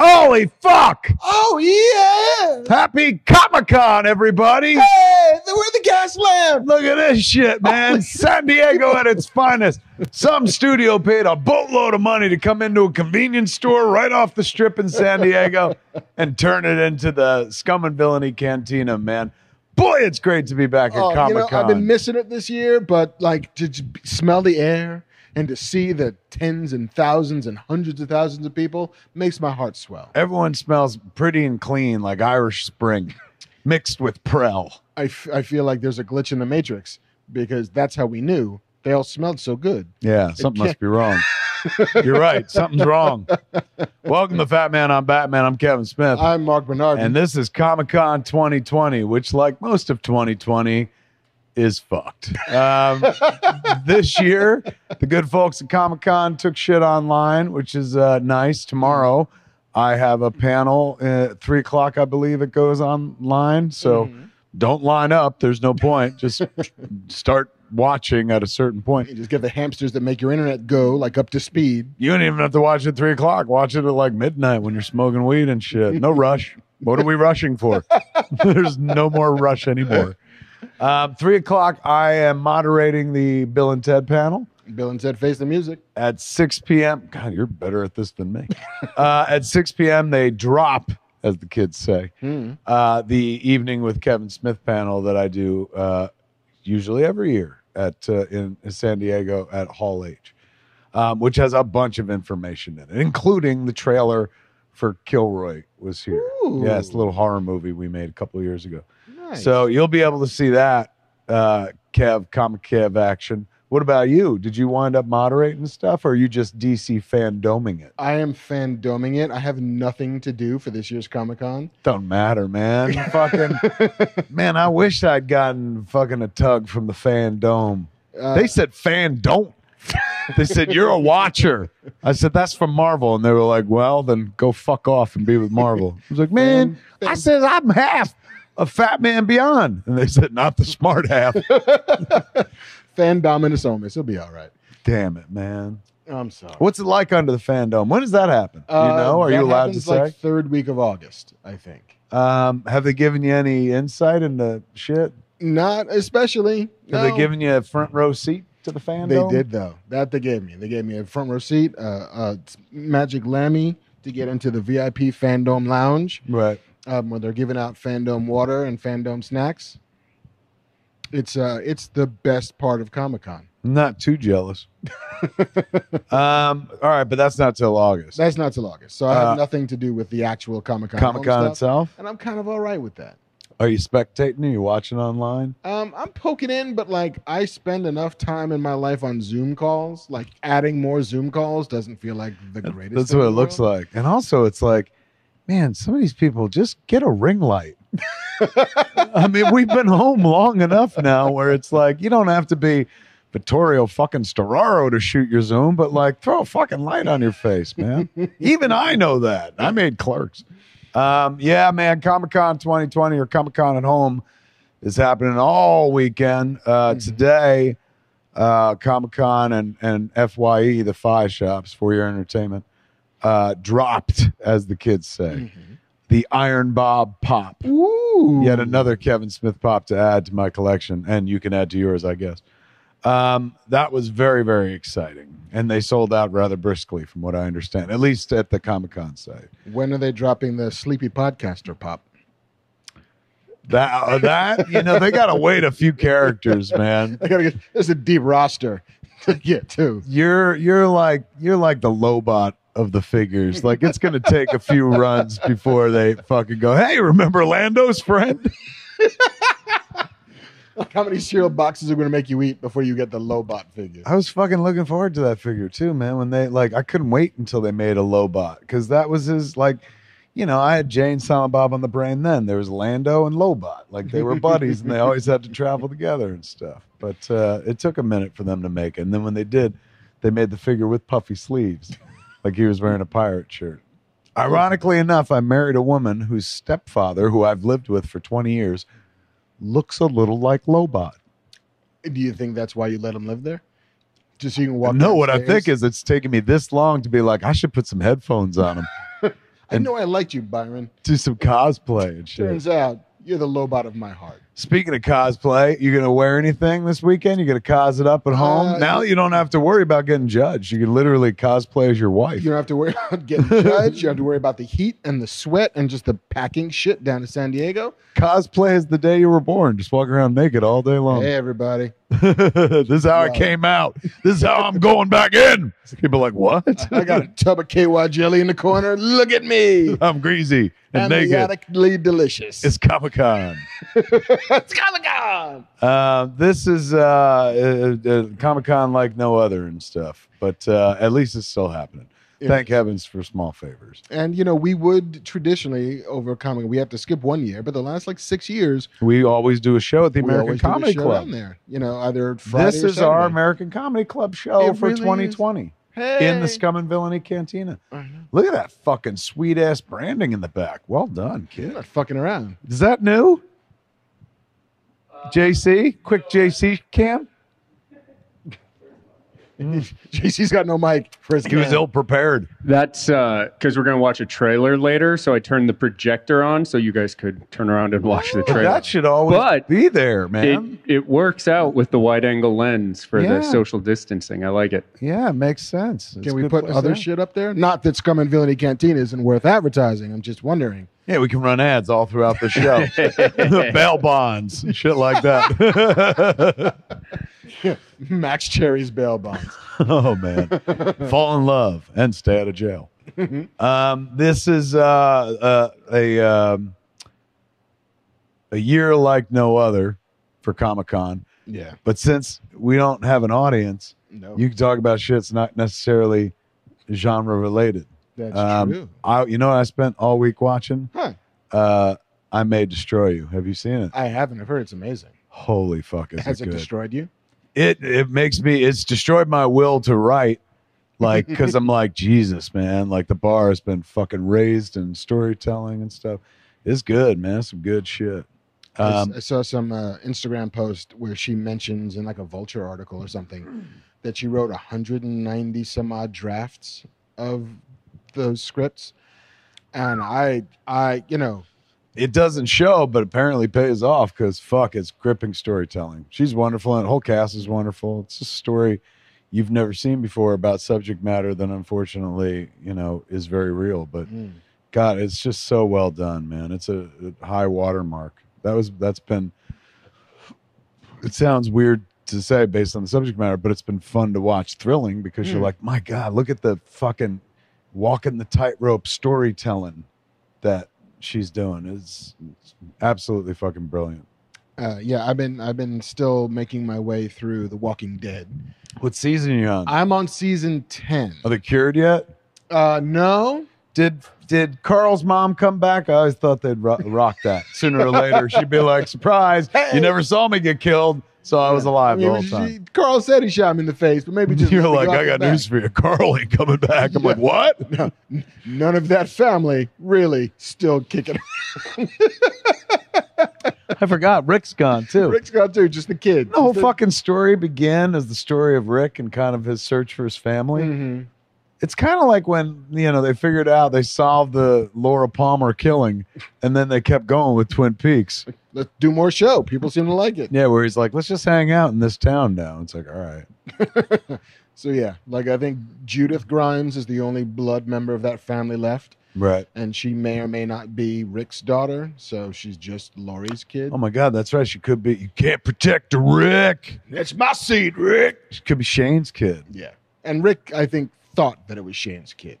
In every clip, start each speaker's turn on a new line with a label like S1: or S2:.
S1: Holy fuck!
S2: Oh yeah!
S1: Happy Comic Con, everybody!
S2: Hey, we're the gas lamp.
S1: Look at this shit, man. San Diego at its finest. Some studio paid a boatload of money to come into a convenience store right off the strip in San Diego and turn it into the scum and villainy cantina, man. Boy, it's great to be back at
S2: Oh, you know,
S1: Comic Con.
S2: I've been missing it this year, but like to j- smell the air and to see the tens and thousands and hundreds of thousands of people makes my heart swell.
S1: Everyone smells pretty and clean, like Irish Spring, mixed with Prel.
S2: I, f- I feel like there's a glitch in the matrix because that's how we knew they all smelled so good.
S1: Yeah, something must be wrong. You're right. Something's wrong. Welcome to Fat Man. I'm Batman. I'm Kevin Smith.
S2: I'm Mark Bernard.
S1: And this is Comic Con 2020, which, like most of 2020, is fucked. Um, this year, the good folks at Comic Con took shit online, which is uh, nice. Tomorrow, I have a panel at three o'clock, I believe it goes online. So
S2: Mm-hmm.
S1: don't line up. There's no point. Just start watching at a certain point.
S2: you just get the hamsters that make your internet go like up to speed.
S1: You don't even have to watch it at three o'clock. Watch it at like midnight when you're smoking weed and shit. No rush. What are we rushing for? There's no more rush anymore. Um, three o'clock, I am moderating the Bill and Ted panel
S2: Bill and Ted face the music.
S1: at 6 p.m. God, you're better at this than me. Uh, at 6 p.m., they drop, as the kids say,
S2: Hmm.
S1: uh, the Evening with Kevin Smith panel that I do uh, usually every year at uh, in San Diego at Hall H, um, which has a bunch of information in it, including the trailer for Kilroy was here.
S2: Ooh.
S1: Yes, little horror movie we made a couple years ago.
S2: Nice.
S1: So you'll be able to see that uh, Kev comic Kev action. What about you? Did you wind up moderating stuff, or are you just DC fandoming it?
S2: I am fandoming it. I have nothing to do for this year's Comic Con.
S1: Don't matter, man. fucking man, I wish I'd gotten fucking a tug from the fandom.
S2: Uh,
S1: they said fan don't. they said you're a watcher. I said that's from Marvel, and they were like, "Well, then go fuck off and be with Marvel." I was like, "Man," I says, "I'm half a Fat Man Beyond," and they said, "Not the smart half."
S2: Fandom in its own. It'll be all right.
S1: Damn it, man.
S2: I'm sorry.
S1: What's it like under the fandom? When does that happen? you know, are you allowed to say?
S2: Uh, Like third week of August, I think.
S1: um, have they given you any insight into shit?
S2: Not especially.
S1: Have they
S2: no.
S1: given you a front row seat to the
S2: They
S1: fandom?
S2: did though. That they gave me. They gave me a front row seat, uh, uh, Magic Lammy to get into the VIP Fandom Lounge,
S1: Right.
S2: um, where they're giving out Fandom water and Fandom snacks. It's uh, it's the best part of Comic Con.
S1: I'm not too jealous. um, all right, but that's not till August.
S2: That's not till August, so I have
S1: Uh,
S2: nothing to do with the actual Comic Con.
S1: Comic Con itself.
S2: and I'm kind of all right with that.
S1: Are you spectating? Are you watching online?
S2: Um, I'm poking in, but like I spend enough time in my life on Zoom calls. Like adding more Zoom calls doesn't feel like the greatest.
S1: That's what it looks like. And also, it's like, man, some of these people just get a ring light. I mean, we've been home long enough now where it's like, you don't have to be Vittorio fucking Storaro to shoot your Zoom, but like throw a fucking light on your face, man. Even I know that. I made clerks. Um, yeah, man, Comic Con 2020 or Comic Con at home is happening all weekend. Uh, Today, uh, Comic Con and, and FYE, the Fi Shops for your entertainment, uh, dropped, as the kids say, the Iron Bob pop.
S2: Mm. Mm-hmm. Ooh.
S1: Yet another Kevin Smith pop to add to my collection, and you can add to yours, I guess. Um, that was very, very exciting. And they sold out rather briskly, from what I understand, at least at the Comic Con site.
S2: When are they dropping the Sleepy Podcaster pop?
S1: That, uh, that you know, they got to wait a few characters, man.
S2: I gotta get. This is a deep roster to get to.
S1: You're you're like you're like the Lobot of the figures. Like it's gonna take a few runs before they fucking go. Hey, remember Lando's friend?
S2: Like, how many cereal boxes are gonna make you eat before you get the Lobot figure?
S1: I was fucking looking forward to that figure too, man. When they like, I couldn't wait until they made a Lobot because that was his like, you know, I had Jane, Silent Bob on the brain. Then there was Lando and Lobot, like they were buddies and they always had to travel together and stuff. But uh, it took a minute for them to make it, and then when they did, they made the figure with puffy sleeves, like he was wearing a pirate shirt. Ironically enough, I married a woman whose stepfather, who I've lived with for 20 years, looks a little like Lobot.
S2: Do you think that's why you let him live there? Just so you can walk.
S1: no, what I
S2: downstairs?
S1: think is it's taken me this long to be like, I should put some headphones on him.
S2: I
S1: And-
S2: know I liked you, Byron.
S1: do some cosplay and shit.
S2: Turns out you're the lobot of my heart.
S1: Speaking of cosplay, you gonna wear anything this weekend? You gonna cos it up at home?
S2: Uh,
S1: now you don't have to worry about getting judged. You can literally cosplay as your wife.
S2: You don't have to worry about getting judged. You don't have to worry about the heat and the sweat and just the packing shit down to San Diego.
S1: Cosplay is the day you were born. Just walk around naked all day long.
S2: Hey, everybody.
S1: this is how I
S2: Wow.
S1: came out. This is how I'm going back in. People are like, what?
S2: I got a tub of KY jelly in the corner. Look at me.
S1: I'm greasy and naked.
S2: Amniotically delicious.
S1: It's Comic Con.
S2: it's Comic Con.
S1: Uh, this is uh, uh, uh, Comic Con like no other and stuff, but uh, at least it's still happening.
S2: Yeah.
S1: Thank heavens for small favors.
S2: And, you know, we would traditionally over Comic Con, we have to skip one year, but the last like six years,
S1: We always do a show at the
S2: we
S1: American
S2: always do the
S1: Comedy
S2: show
S1: Club.
S2: down there. You know, either Friday
S1: This
S2: or
S1: is our
S2: Saturday.
S1: American Comedy Club show
S2: It
S1: for
S2: really is.
S1: 2020 in the
S2: Hey.
S1: Scum and Villainy Cantina.
S2: I know.
S1: Look at that fucking sweet ass branding in the back. Well done,
S2: I'm
S1: kid.
S2: not fucking around.
S1: Is that new? JC, quick JC cam.
S2: JC's got no mic for his
S1: Mm. He was
S2: hand.
S1: ill prepared.
S3: That's because we're gonna watch a trailer later, so I turned the projector on so you guys could turn around and watch the trailer.
S1: That should always
S3: But
S1: be there, Oh,
S3: it,
S1: man.
S3: it works out with the wide angle lens for
S1: Yeah.
S3: the social distancing. I like it.
S1: yeah, it makes sense. It's
S2: Can we
S1: good
S2: put
S1: place
S2: other
S1: there.
S2: shit up there? Not that Scum and Villainy Canteen isn't worth advertising. I'm just wondering.
S1: Yeah, we can run ads all throughout the show. the bail bonds, and shit like that.
S2: Max Cherry's bail bonds.
S1: oh man, fall in love and stay out of jail. um, this is uh, uh, a um, a year like no other for Comic Con.
S2: yeah.
S1: But since we don't have an audience,
S2: No.
S1: you can talk about shit that's not necessarily genre related.
S2: that's
S1: Um,
S2: true.
S1: I, you know what I spent all week watching?
S2: Huh.
S1: Uh, I May Destroy You. Have you seen it?
S2: I haven't. I've heard it's amazing.
S1: Holy fuck, is
S2: Has
S1: it
S2: it,
S1: good?
S2: destroyed you?
S1: it it makes me. It's destroyed my will to write, like because I'm like Jesus, man. Like the bar has been fucking raised in storytelling and stuff. It's good, man. It's some good shit.
S2: I s-
S1: Um,
S2: I, saw some uh, Instagram post where she mentions in like a Vulture article or something that she wrote 190 some odd drafts of those scripts, and I, I, you know,
S1: it doesn't show, but apparently pays off because fuck, it's gripping storytelling. She's wonderful, and the whole cast is wonderful. It's a story you've never seen before about subject matter that unfortunately, you know, is very real. But
S2: mm,
S1: God, it's just so well done, man. It's a, a high watermark. That was that's been. It sounds weird to say based on the subject matter, but it's been fun to watch, thrilling because you're
S2: Mm.
S1: like, my God, look at the fucking walking the tightrope storytelling that she's doing. It's, it's absolutely fucking brilliant.
S2: uh, yeah, I've been, I've been still making my way through The Walking Dead.
S1: What season are you on?
S2: I'm on season ten.
S1: Are they cured yet?
S2: Uh, no,
S1: Did did Carl's mom come back? I always thought they'd ro- rock that sooner or later. She'd be like, "Surprise! You never saw me get killed, so I was alive the
S2: mean,
S1: whole
S2: she-
S1: time."
S2: Carl said he shot him in the face, but maybe just
S1: You're
S2: let me
S1: like,
S2: go out
S1: "I
S2: the
S1: got
S2: back."
S1: news for you. Carl ain't coming back." I'm
S2: Yeah.
S1: like, "What?"
S2: None of that family really still kicking.
S1: I forgot. Rick's gone too.
S2: Rick's gone too, just the kid.
S1: the whole
S2: Just
S1: fucking story began as the story of Rick and kind of his search for his family.
S2: Mhm.
S1: It's kind of like when you know they figured out they solved the Laura Palmer killing, and then they kept going with Twin Peaks.
S2: Let's do more show. People seem to like it.
S1: Yeah, where he's like, "Let's just hang out in this town now." It's like, all right.
S2: So yeah, like I think Judith Grimes is the only blood member of that family left,
S1: Right.
S2: and she may or may not be Rick's daughter, so she's just Laurie's kid.
S1: Oh my God, that's right. She could be. You can't protect the Rick.
S2: That's my seed, Rick.
S1: She could be Shane's kid.
S2: Yeah, and Rick, I think, thought that it was Shane's kid.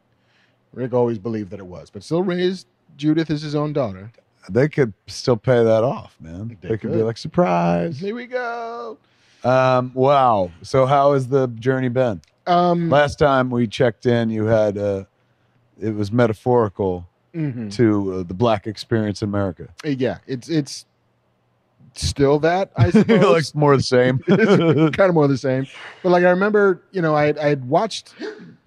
S2: Rick always believed that it was, but still raised Judith as his own daughter.
S1: They could still pay that off, man. They,
S2: They
S1: could, be
S2: could.
S1: like surprise.
S2: Here we go.
S1: Um, wow. So how has the journey been?
S2: Um,
S1: Last time we checked in, you had uh, it was metaphorical
S2: mhm.
S1: to uh, the black experience in America.
S2: yeah, it's it's still that I
S1: You're like
S2: suppose.
S1: "It's more the same.
S2: it's kind of more the same. But like I remember, you know, I had- I had watched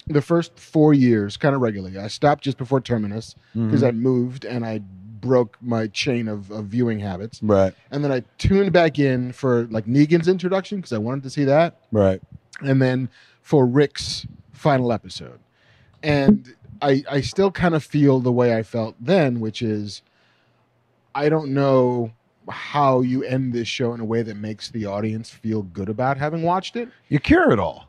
S2: the first four years kind of regularly. I stopped just before Terminus because
S1: Mhm.
S2: I moved and I broke my chain of, of viewing habits.
S1: Right.
S2: And then I tuned back in for like Negan's introduction because I wanted to see that,
S1: Right.
S2: and then for Rick's final episode. and I I still kind of feel the way I felt then, which is I don't know how you end this show in a way that makes the audience feel good about having watched it,
S1: You cure it all.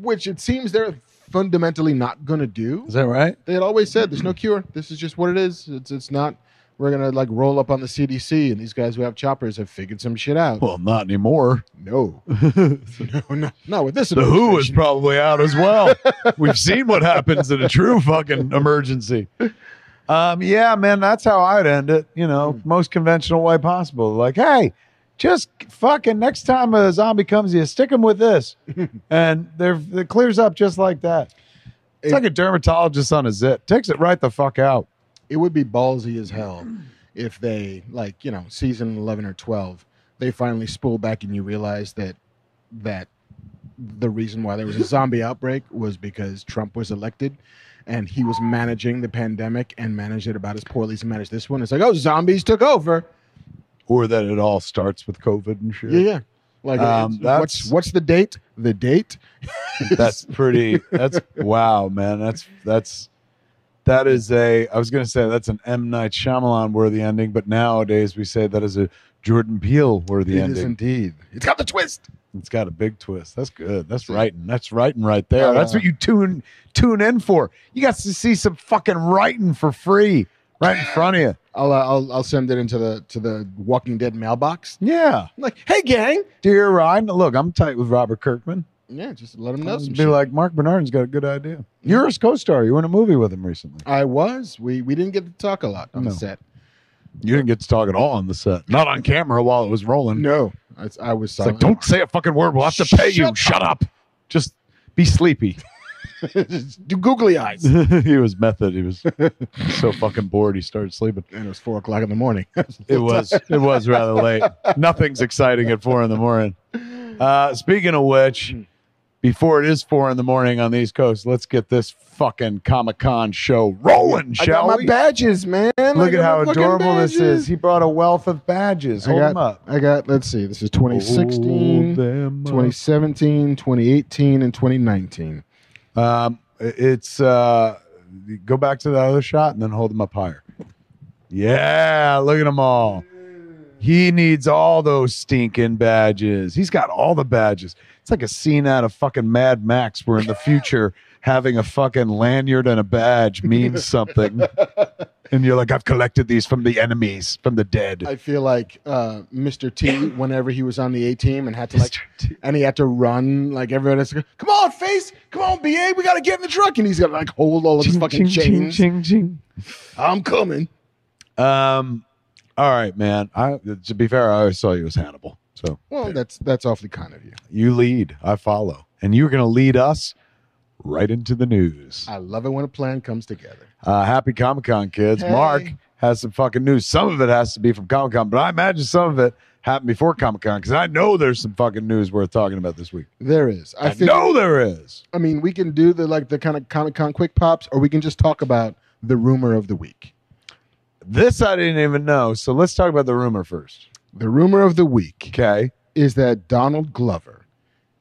S2: which it seems they're fundamentally not going to do.
S1: Is that right?
S2: They had always said there's no cure. This is just what it is. It's it's not. We're gonna like roll up on the CDC, and these guys who have choppers have figured some shit out.
S1: Well, not anymore.
S2: No,
S1: the
S2: no, no, not with this.
S1: Who is
S2: administration.
S1: probably out as well. We've seen what happens in a true fucking emergency. Um, yeah, man, that's how I'd end it. You know, most conventional way possible. Like, hey, just fucking next time a zombie comes, you stick them with this, and they're it clears up just like that. It's
S2: It-
S1: like a dermatologist on a zit. Takes it right the fuck out.
S2: it would be ballsy as hell if they like you know season 11 or 12 they finally spool back and you realize that that the reason why there was a zombie outbreak was because trump was elected and he was managing the pandemic and managed it about as poorly as he managed this one it's like oh zombies took over
S1: Or that it all starts with COVID and shit.
S2: yeah yeah like
S1: Um,
S2: it's-
S1: that's-
S2: what's what's the date the date
S1: that's pretty that's wow man that's that's that is a i was going to say that's an m night Shyamalan worthy ending but nowadays we say that is a jordan peele
S2: It
S1: worthy
S2: is
S1: ending
S2: indeed it's got the twist
S1: it's got a big twist that's good that's writing that's writing right there that's
S2: Uh,
S1: what you tune tune in for you got to see some fucking writing for free right in front of you
S2: I'll, uh, I'll I'll send it into the to the Walking Dead mailbox.
S1: yeah
S2: like, hey gang,
S1: dear ryan look i'm tight with robert kirkman
S2: yeah, just let them know.
S1: I'll
S2: Some
S1: be
S2: shit.
S1: like mark bernard's got a good idea you're his co-star you were in a movie with him recently
S2: I was. We we didn't get to talk a lot on
S1: No.
S2: the set.
S1: You didn't get to talk at all on the set. Not on camera while it was rolling.
S2: No, I, I was
S1: Um, it's like,
S2: silent.
S1: don't say a fucking word. We'll have to pay you.
S2: Shut
S1: Shut up. Just be sleepy.
S2: do googly eyes. and
S1: he was method. He was so fucking bored. He started sleeping.
S2: it was four o'clock in the morning.
S1: It was. It was rather late. Nothing's exciting at four in the morning. Uh, speaking of which, before it is four in the morning on the East Coast, let's get this fucking Comic Con show rolling,
S2: I
S1: shall
S2: got my
S1: we?
S2: badges, man.
S1: Look at how adorable this is. He brought a wealth of badges.
S2: I
S1: Hold
S2: got,
S1: them up.
S2: I got, let's see, this is
S1: Hold
S2: 2016,
S1: them up.
S2: 2017, 2018, and 2019.
S1: Um, it's uh, go back to the other shot and then hold them up higher. Yeah, look at them all. He needs all those stinking badges. He's got all the badges. It's like a scene out of fucking Mad Max where in the future having a fucking lanyard and a badge means something. and you're like, I've collected these from the enemies, from the dead.
S2: I feel like uh, Mr. T, whenever he was on the A team and had to like and he had to run like everyone else. Come on, face! Come on, BA! We gotta get in the truck, and he's gonna like hold all of his fucking chains.
S1: ching, ching.
S2: I'm coming.
S1: Um, all right, man. I to be fair, I always saw you as Hannibal. So
S2: Well, that's that's awfully kind of you.
S1: You lead, I follow. And you're going to lead us right into the news.
S2: I love it when a plan comes together.
S1: Uh, happy Comic Con, kids.
S2: Hey.
S1: Mark has some fucking news. Some of it has to be from Comic Con, but I imagine some of it happened before Comic Con because I know there's some fucking news worth talking about this week.
S2: There is. I
S1: I,
S2: think.
S1: know there is.
S2: I mean, we can do the like the kind of Comic Con quick pops, or we can just talk about the rumor of the week.
S1: This I didn't even know. So let's talk about the rumor first.
S2: The rumor of the week
S1: Okay.
S2: is that Donald Glover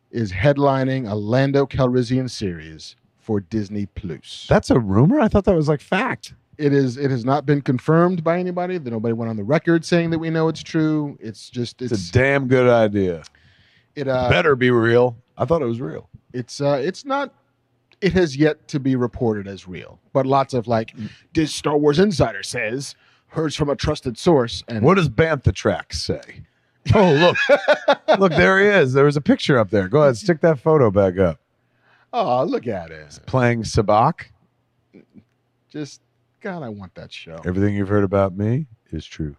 S2: is headlining a Lando Calrissian series for Disney Plus.
S1: That's a rumor? I thought that was like fact.
S2: it is it has not been confirmed by anybody that nobody went on the record saying that we know it's true it's just
S1: It's,
S2: it's
S1: a damn good idea.
S2: it uh
S1: Better be real. I thought it was real.
S2: it's uh it's not it has yet to be reported as real but lots of like
S1: Mm.
S2: this star wars insider says heard from a trusted source and
S1: What does Bantha Track say? Oh, look. look, there he is. There was a picture up there. Go ahead, stick that photo back up.
S2: oh look at it
S1: Playing Sabak.
S2: just god i want that show
S1: Everything you've heard about me is true.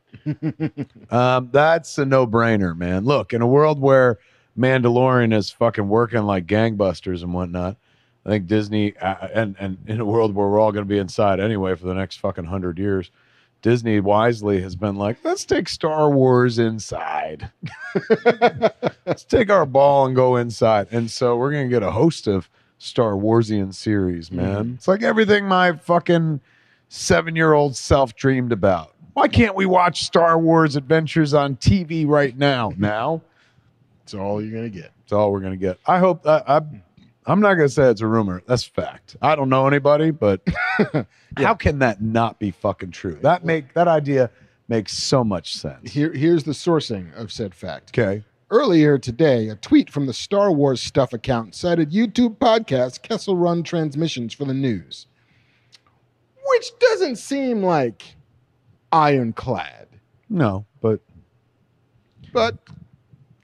S1: um, that's a no brainer, man. Look, in a world where Mandalorian is fucking working like gangbusters and whatnot, I think Disney, uh, and, and in a world where we're all going to be inside anyway for the next fucking hundred years, Disney wisely has been like, let's take Star Wars inside. let's take our ball and go inside. And so we're going to get a host of Star Warsian series, man. It's like everything my fucking seven year old self dreamed about. Why can't we watch Star Wars adventures on TV right now? Now
S2: it's all you're gonna get
S1: it's all we're gonna get. I hope I, I I'm not going to say it's a rumor. That's fact. I don't know anybody, but
S2: Yeah.
S1: how can that not be fucking true? That make that idea makes so much sense.
S2: Here, here's the sourcing of said fact.
S1: Okay.
S2: Earlier today, a tweet from the Star Wars Stuff account cited YouTube podcast Kessel Run Transmissions for the news, which doesn't seem like ironclad,
S1: No, but
S2: but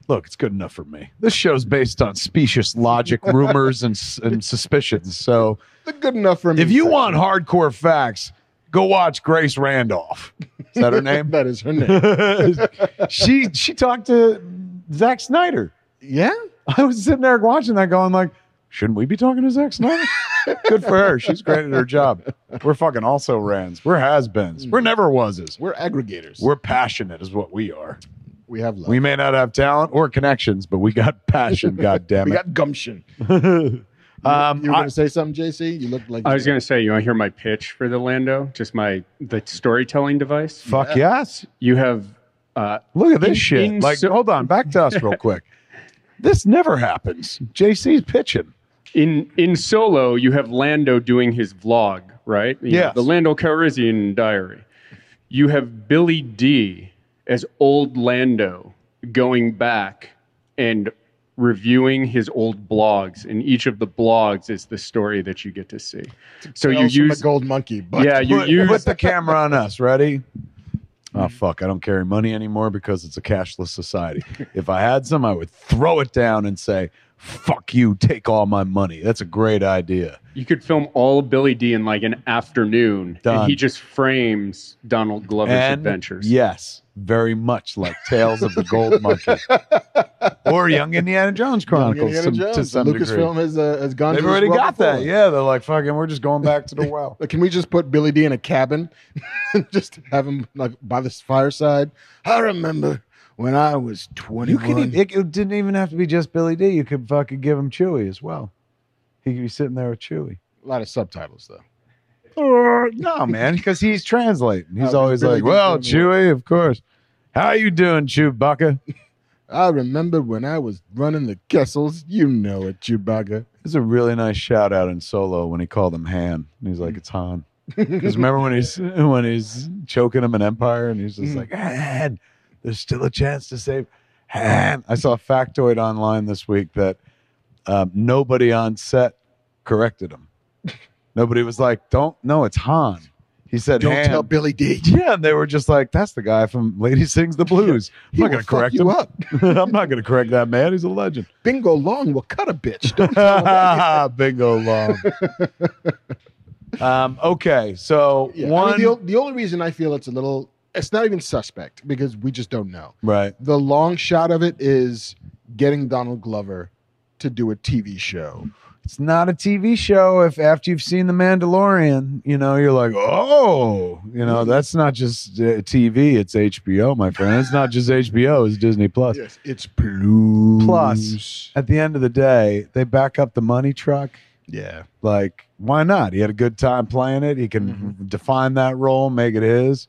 S1: look, it's good enough for me. This show's based on specious logic, rumors, and s- and suspicions. So
S2: the good enough for me.
S1: if you
S2: fact.
S1: want hardcore facts, go watch Grace Randolph. Is that her name?
S2: that is her name.
S1: she she talked to Zack Snyder.
S2: yeah,
S1: I was sitting there watching that, going like, shouldn't we be talking to Zack Snyder? Good for her. She's great at her job. We're fucking also rans. We're has beens.
S2: Mm.
S1: We're never wases.
S2: we're aggregators.
S1: We're passionate, is what we are.
S2: we have love.
S1: We may not have talent or connections, but we got passion. God damn
S2: we
S1: it.
S2: got gumption. You,
S1: um,
S2: you were
S1: I-
S2: going to say something, JC? You looked like
S3: I was going to say, you want to hear my pitch for the Lando? Just my the storytelling device.
S1: fuck yes.
S3: You have uh,
S1: Look at this
S3: In-
S1: shit.
S3: in
S1: like,
S3: so-
S1: hold on, back to us real quick. This never happens. JC's pitching.
S3: in in Solo. You have Lando doing his vlog, right? You
S1: Yes.
S3: have The Lando Calrissian diary. You have Billy D as old Lando going back and reviewing his old blogs, and each of the blogs is the story that you get to see. So you
S2: Tales from
S3: use
S2: a gold monkey, but
S3: yeah, you
S1: put,
S3: use
S1: put the camera on us. Ready? Oh fuck! I don't carry money anymore because it's a cashless society. If I had some, I would throw it down and say, "Fuck you! Take all my money." That's a great idea.
S3: You could film all of Billy D in like an afternoon,
S1: Done.
S3: and he just frames Donald Glover's
S1: and
S3: adventures.
S1: yes, very much like Tales of the Gold Monkey or Young Indiana Jones Chronicles
S2: Indiana
S1: to-
S2: Jones.
S1: to some degree.
S2: Lucasfilm has, uh, has gone. to
S1: They've
S2: this
S1: already
S2: well
S1: got
S2: before.
S1: that. Yeah, they're like, "Fucking, we're just going back to the well."
S2: Like, can we just put Billy D in a cabin and just have him like by this fireside? I remember when I was
S1: You
S2: twenty-one.
S1: could even, it, it didn't even have to be just Billy D. You could fucking give him Chewy as well. He could be sitting there with Chewy.
S2: a lot of subtitles though.
S1: no, man, because he's translating. He's
S2: Oh,
S1: always
S2: Billy
S1: like,
S2: D's
S1: "Well,
S2: doing
S1: Chewy, of course. How you doing, Chewbacca?"
S2: I remember when I was running the Kessels. You know it, Chewbacca.
S1: It's a really nice shout out in Solo when he called him Han, and he's like, "It's Han." Because remember when he's when he's choking him in Empire, and he's just
S2: Mhm.
S1: like, "Han, there's still a chance to save Han." I saw a factoid online this week that um, nobody on set corrected him. Nobody was like, "Don't no, it's Han." He said,
S2: Don't
S1: "Han."
S2: tell Billy D.
S1: yeah, and they were just like, "That's the guy from Lady Sings the Blues." I'm
S2: He
S1: not
S2: will
S1: going to
S2: fuck
S1: correct
S2: you
S1: him.
S2: up.
S1: I'm not going to correct that man. He's a legend.
S2: Bingo Long will cut a bitch. Don't
S1: Bingo long. um, okay, so
S2: Yeah, I mean,
S1: one
S2: the, o- the only reason I feel it's a little, it's not even suspect because we just don't know.
S1: right.
S2: The long shot of it is getting Donald Glover to do a TV show.
S1: It's not a TV show. If after you've seen The Mandalorian, you know you're like, oh, you know that's not just uh, TV. It's HBO, my friend. It's not just HBO. It's Disney Plus.
S2: Yes, it's plus.
S1: Plus. At the end of the day, they back up the money truck.
S2: Yeah.
S1: Like, why not? He had a good time playing it. He can
S2: Mm-hmm.
S1: define that role, make it his.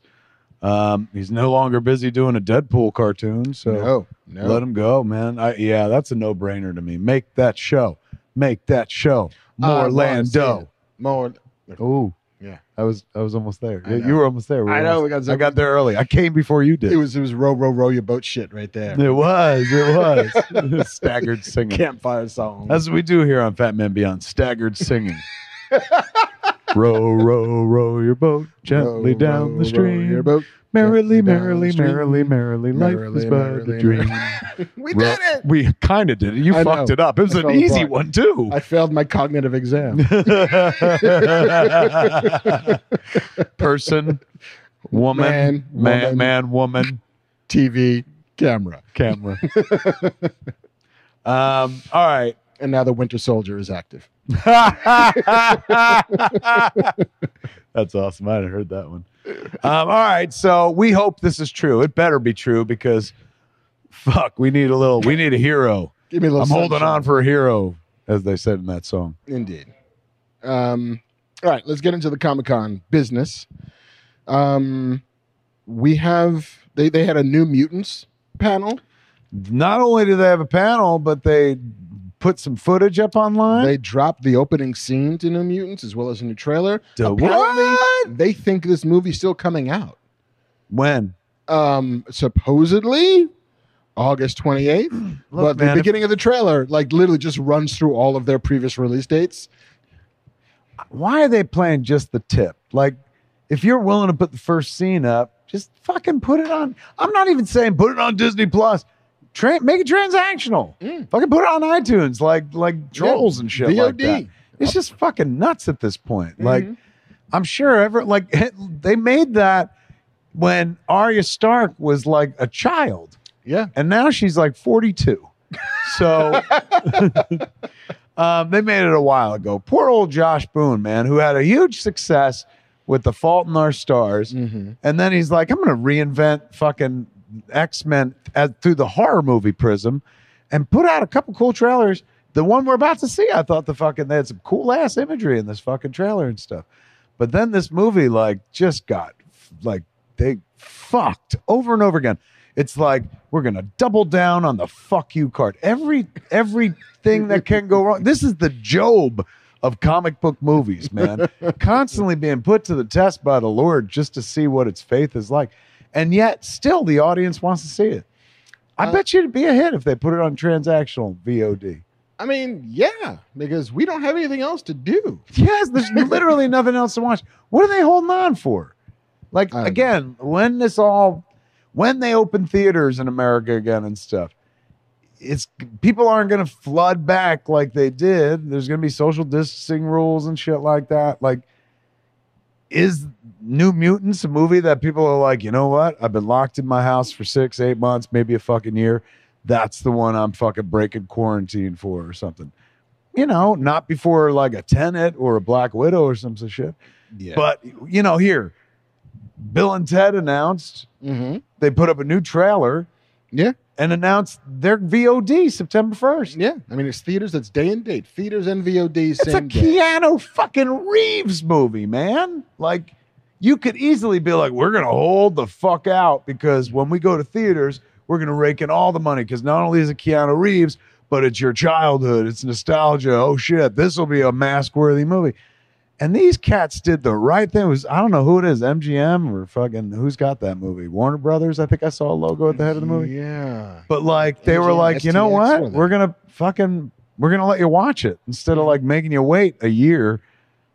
S1: Um, he's no longer busy doing a Deadpool cartoon, so
S2: No, no.
S1: let him go, man. I, yeah, that's a no brainer to me. Make that show. Make that show.
S2: Oh, I
S1: More
S2: wanna see
S1: Lando.
S2: Ah, it. More.
S1: Oh,
S2: Yeah.
S1: I was I was almost there.
S2: I
S1: Yeah,
S2: know.
S1: you were almost there. We
S2: I
S1: were
S2: know,
S1: almost-
S2: we got
S1: I got there early. I came before you did.
S2: It was, it was row, row, row your boat shit right there.
S1: It was. It was. staggered singing.
S2: Campfire song.
S1: That's what we do here on Fat Man Beyond. Staggered singing. row, row, row your boat gently
S2: Row,
S1: down
S2: row,
S1: the
S2: Row your
S1: stream.
S2: boat.
S1: Merrily,
S2: gently down the
S1: merrily,
S2: stream.
S1: merrily, merrily, life
S2: Merrily,
S1: is but
S2: merrily,
S1: a dream.
S2: merrily. we
S1: Row-
S2: did it.
S1: We kind of did it. You
S2: I
S1: fucked
S2: know.
S1: it up. It was
S2: I
S1: an
S2: fell
S1: easy
S2: apart.
S1: one too.
S2: I failed my cognitive exam.
S1: Person, woman,
S2: Man,
S1: man,
S2: woman.
S1: man, woman,
S2: TV, camera.
S1: camera. um, all right.
S2: And now the Winter Soldier is active.
S1: That's awesome. I hadn't heard that one. Um, all right. So we hope this is true. It better be true because fuck, we need a little, we need a hero.
S2: Give me a little.
S1: I'm holding
S2: sunshine.
S1: on for a hero, as they said in that song.
S2: Indeed. Um, all right, let's get into the Comic Con business. Um, we have they they had a New Mutants panel.
S1: not only do they have a panel, but they put some footage up online?
S2: They dropped the opening scene to New Mutants as well as a new trailer.
S1: The
S2: Apparently,
S1: what?
S2: They think this movie's still coming out.
S1: when?
S2: Um, supposedly August 28th.
S1: Look,
S2: but
S1: man,
S2: the
S1: if-
S2: beginning of the trailer, like literally just runs through all of their previous release dates.
S1: Why are they playing just the tip? Like, if you're willing to put the first scene up, just fucking put it on. I'm not even saying put it on Disney Plus. Tra- make it transactional.
S2: Mm.
S1: Fucking put it on iTunes, like like trolls and shit like
S2: VOD.
S1: that. It's just fucking nuts at this point. Like, I'm sure ever like they made that when Arya Stark was like a child,
S2: Yeah.
S1: and now she's like 42. So, um, they made it a while ago. Poor old Josh Boone, man, who had a huge success with The Fault in Our Stars,
S2: Mm-hmm.
S1: and then he's like, I'm going to reinvent fucking X Men through the horror movie prism and put out a couple cool trailers. The one we're about to see, I thought the fucking, they had some cool ass imagery in this fucking trailer and stuff. But then this movie, like, just got, like, they fucked over and over again. It's like we're gonna double down on the fuck you card. Every everything that can go wrong. This is the job of comic book movies, man. Constantly being put to the test by the Lord just to see what its faith is like, and yet still the audience wants to see it. I
S2: Uh,
S1: bet you it'd be a hit if they put it on transactional VOD.
S2: I mean, yeah, because we don't have anything else to do.
S1: Yes, there's literally nothing else to watch. What are they holding on for? Like
S2: I don't know.
S1: again, when this all when they open theaters in America again and stuff, it's people aren't going to flood back like they did. There's going to be social distancing rules and shit like that. Like is New Mutants a movie that people are like, "You know what? I've been locked in my house for 6, 8 months, maybe a fucking year. That's the one I'm fucking breaking quarantine for or something." you know, not before like a Tenet or a Black Widow or some such shit.
S2: Yeah.
S1: But you know, here, Bill and Ted announced
S2: mm-hmm.
S1: they put up a new trailer.
S2: Yeah.
S1: And announced their VOD September first.
S2: yeah, I mean, it's theaters. That's day and date. Theaters and VOD.
S1: It's a
S2: same day.
S1: Keanu fucking Reeves movie, man. Like, you could easily be like, we're gonna hold the fuck out because when we go to theaters, we're gonna rake in all the money because not only is it Keanu Reeves, but it's your childhood, it's nostalgia. Oh shit, this will be a mask worthy movie. And these cats did the right thing. It was I don't know who it is, MGM or fucking who's got that movie? Warner Brothers. I think I saw a logo at the head of the movie.
S2: Yeah.
S1: But like they were
S2: MGM,
S1: like, you know
S2: STX,
S1: what?
S2: were they?
S1: We're gonna fucking we're gonna let you watch it instead of like making you wait a year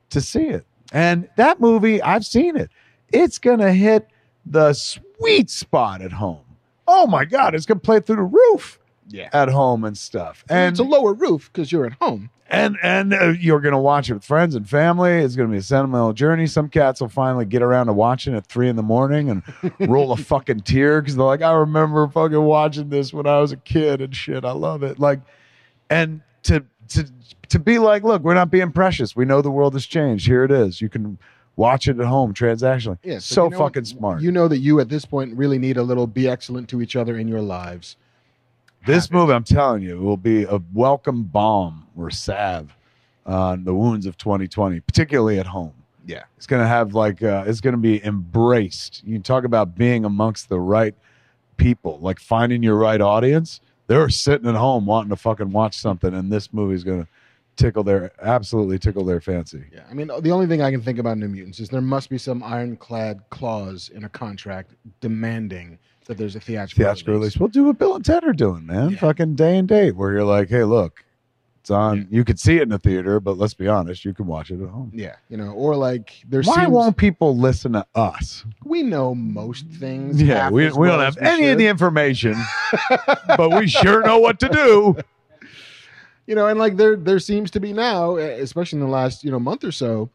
S1: to see it. And that movie, I've seen it. It's gonna hit the sweet spot at home. Oh my god, it's gonna play through the roof
S2: Yeah.
S1: at home and stuff.
S2: And
S1: And
S2: it's a lower roof because you're at home.
S1: and and uh, you're gonna watch it with friends and family. It's gonna be a sentimental journey. Some cats will finally get around to watching at three in the morning and roll a fucking tear because they're like, I remember fucking watching this when I was a kid and shit. I love it. Like, and to to to be like, look, we're not being precious. We know the world has changed. Here it is. You can watch it at home transactionally.
S2: Yeah.
S1: so
S2: you know
S1: fucking
S2: what?
S1: smart.
S2: You know that you at this point really need a little be excellent to each other in your lives.
S1: This movie, I'm telling you, will be a welcome bomb or salve on the wounds of 2020, particularly at home.
S2: Yeah.
S1: it's going to have like uh, it's going to be embraced. You talk about being amongst the right people, like finding your right audience. They're sitting at home wanting to fucking watch something, and this movie's going to tickle their absolutely tickle their fancy.
S2: Yeah. I mean, the only thing I can think about New Mutants is there must be some ironclad clause in a contract demanding that there's a theatrical,
S1: Theatrical release. We'll do what Bill and Ted are doing, man.
S2: Yeah.
S1: Fucking day and date, where you're like, hey, look, it's on.
S2: Yeah.
S1: You could see it in the theater, but let's be honest, you can watch it at home.
S2: Yeah. You know, or like there's
S1: Why won't people listen to us?
S2: we know most things.
S1: Yeah,
S2: half
S1: we,
S2: as
S1: we don't
S2: well
S1: have
S2: as
S1: any
S2: we
S1: of
S2: should.
S1: the information, but we sure know what to do.
S2: you know and like there there seems to be now eh, especially in the last you know month or so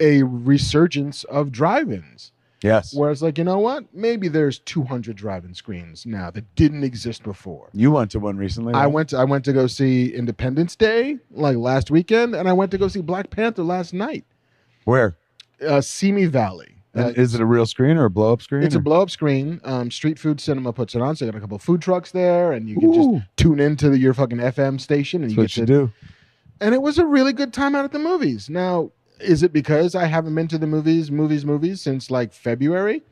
S2: a resurgence of drive-ins
S1: Yes.
S2: where it's like you know what maybe there's 200 drive-in screens now that didn't exist before
S1: You went to one recently.
S2: i
S1: right?
S2: went to, i went to go see independence day like last weekend and i went to go see black panther last night
S1: Where?
S2: uh simi valley Uh,
S1: And is it a real screen or a blow up screen?
S2: it's a
S1: or-
S2: blow-up screen um street food cinema puts it on so they got a couple of food trucks there and you can just
S1: Ooh,
S2: tune into the, your fucking fm station and
S1: that's
S2: you get
S1: what
S2: to
S1: you do.
S2: and it was a really good time out at the movies. Now, is it because I haven't been to the movies, movies, movies since like February?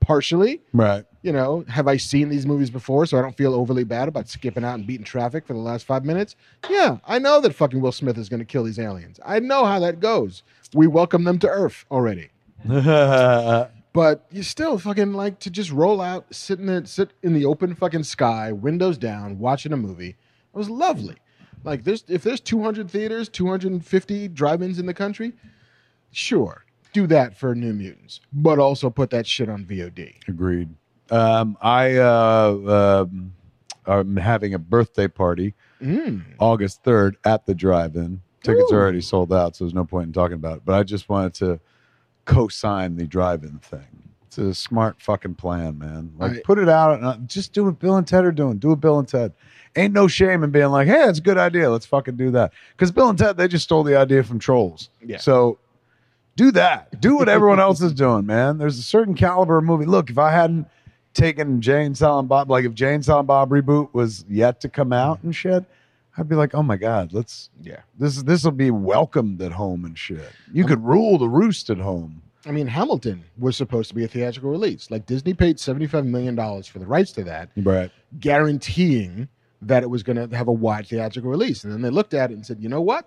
S2: partially.
S1: Right.
S2: You know, have I seen these movies before so I don't feel overly bad about skipping out and beating traffic for the last five minutes? Yeah, I know that fucking Will Smith is going to kill these aliens. I know how that goes. We welcome them to Earth already. But you still fucking like to just roll out, sit in the sit in the open fucking sky, windows down, watching a movie. It was lovely. Like there's if there's 200 theaters, 250 drive-ins in the country, sure, do that for New Mutants, but also put that shit on VOD.
S1: Agreed. Um, I uh, um, am having a birthday party
S2: Mm.
S1: August 3rd at the drive in. Tickets
S2: Ooh.
S1: are already sold out, so there's no point in talking about it. But I just wanted to co sign the drive in thing. It's a smart fucking plan, man. Like,
S2: I-
S1: put it out and uh, just do what Bill and Ted are doing. Do what Bill and Ted. Ain't no shame in being like, hey, it's a good idea. Let's fucking do that. Because Bill and Ted, they just stole the idea from trolls.
S2: Yeah.
S1: So do that. Do what everyone else is doing, man. There's a certain caliber of movie. Look, if I hadn't taken Jane Silent Bob, like if Jane Silent Bob reboot was yet to come out and shit, I'd be like, oh my god, let's
S2: Yeah.
S1: this this will be welcomed at home and shit. You could rule the roost at home.
S2: I mean, Hamilton was supposed to be a theatrical release. Like Disney paid 75 million dollars for the rights to that,
S1: Right.
S2: guaranteeing that it was going to have a wide theatrical release. And then they looked at it and said, "You know what?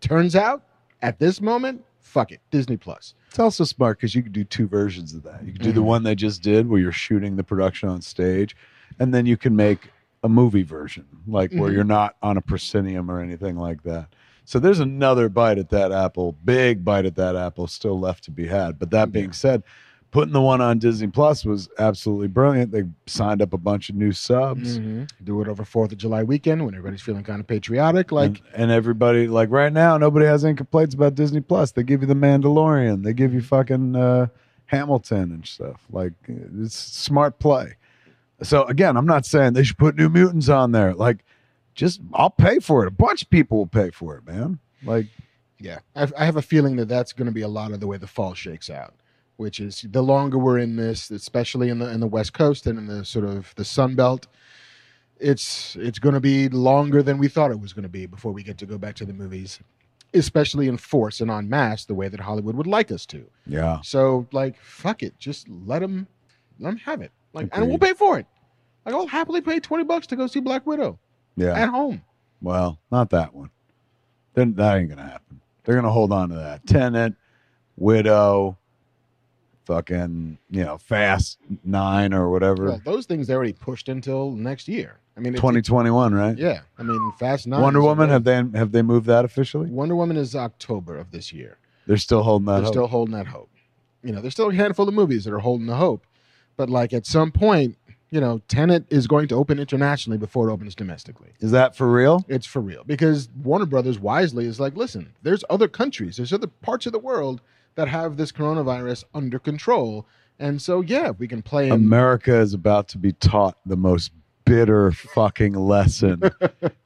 S2: Turns out at this moment, fuck it, Disney Plus."
S1: It's also smart because you could do two versions of that. You could do the
S2: Mhm.
S1: one they just did where you're shooting the production on stage, and then you can make a movie version, like where
S2: Mhm.
S1: you're not on a proscenium or anything like that. So there's another bite at that apple, big bite at that apple still left to be had. But that being said, putting the one on Disney Plus was absolutely brilliant. They signed up a bunch of new subs.
S2: Do it over Fourth of July weekend when everybody's feeling kind of patriotic. Like,
S1: and, and everybody like right now nobody has any complaints about disney plus they give you the mandalorian they give you fucking uh hamilton and stuff like it's smart play so again i'm not saying they should put new mutants on there like just i'll pay for it a bunch of people will pay for it man like
S2: yeah, I, I have a feeling that that's going to be a lot of the way the fall shakes out. Which is the longer we're in this, especially in the in the West Coast and in the sort of the Sun Belt, it's it's going to be longer than we thought it was going to be before we get to go back to the movies, especially in force and en masse the way that Hollywood would like us to.
S1: yeah
S2: So like, fuck it, just let them let them have it. Like, and we'll
S1: Agreed.
S2: pay for it. Like, I'll happily pay twenty bucks to go see Black Widow
S1: yeah
S2: at home.
S1: Well, not that one. Then that ain't gonna happen. They're gonna hold on to that. Tenant, widow, fucking, you know, fast nine or whatever.
S2: Well, those things they already pushed until next year. I mean, it's-
S1: Twenty twenty one, right?
S2: Yeah, I mean, Fast Nine.
S1: Wonder
S2: is
S1: Woman, have
S2: already-
S1: they have they moved that officially?
S2: Wonder Woman is October of this year.
S1: They're still holding that.
S2: they're
S1: hope.
S2: still holding that hope. You know, there's still a handful of movies that are holding the hope, but like at some point, you know, Tenet is going to open internationally before it opens domestically.
S1: Is that for real?
S2: It's for real because Warner Brothers wisely is like, listen, there's other countries, there's other parts of the world that have this coronavirus under control, and so yeah, we can play in
S1: America is about to be taught the most bitter fucking lesson,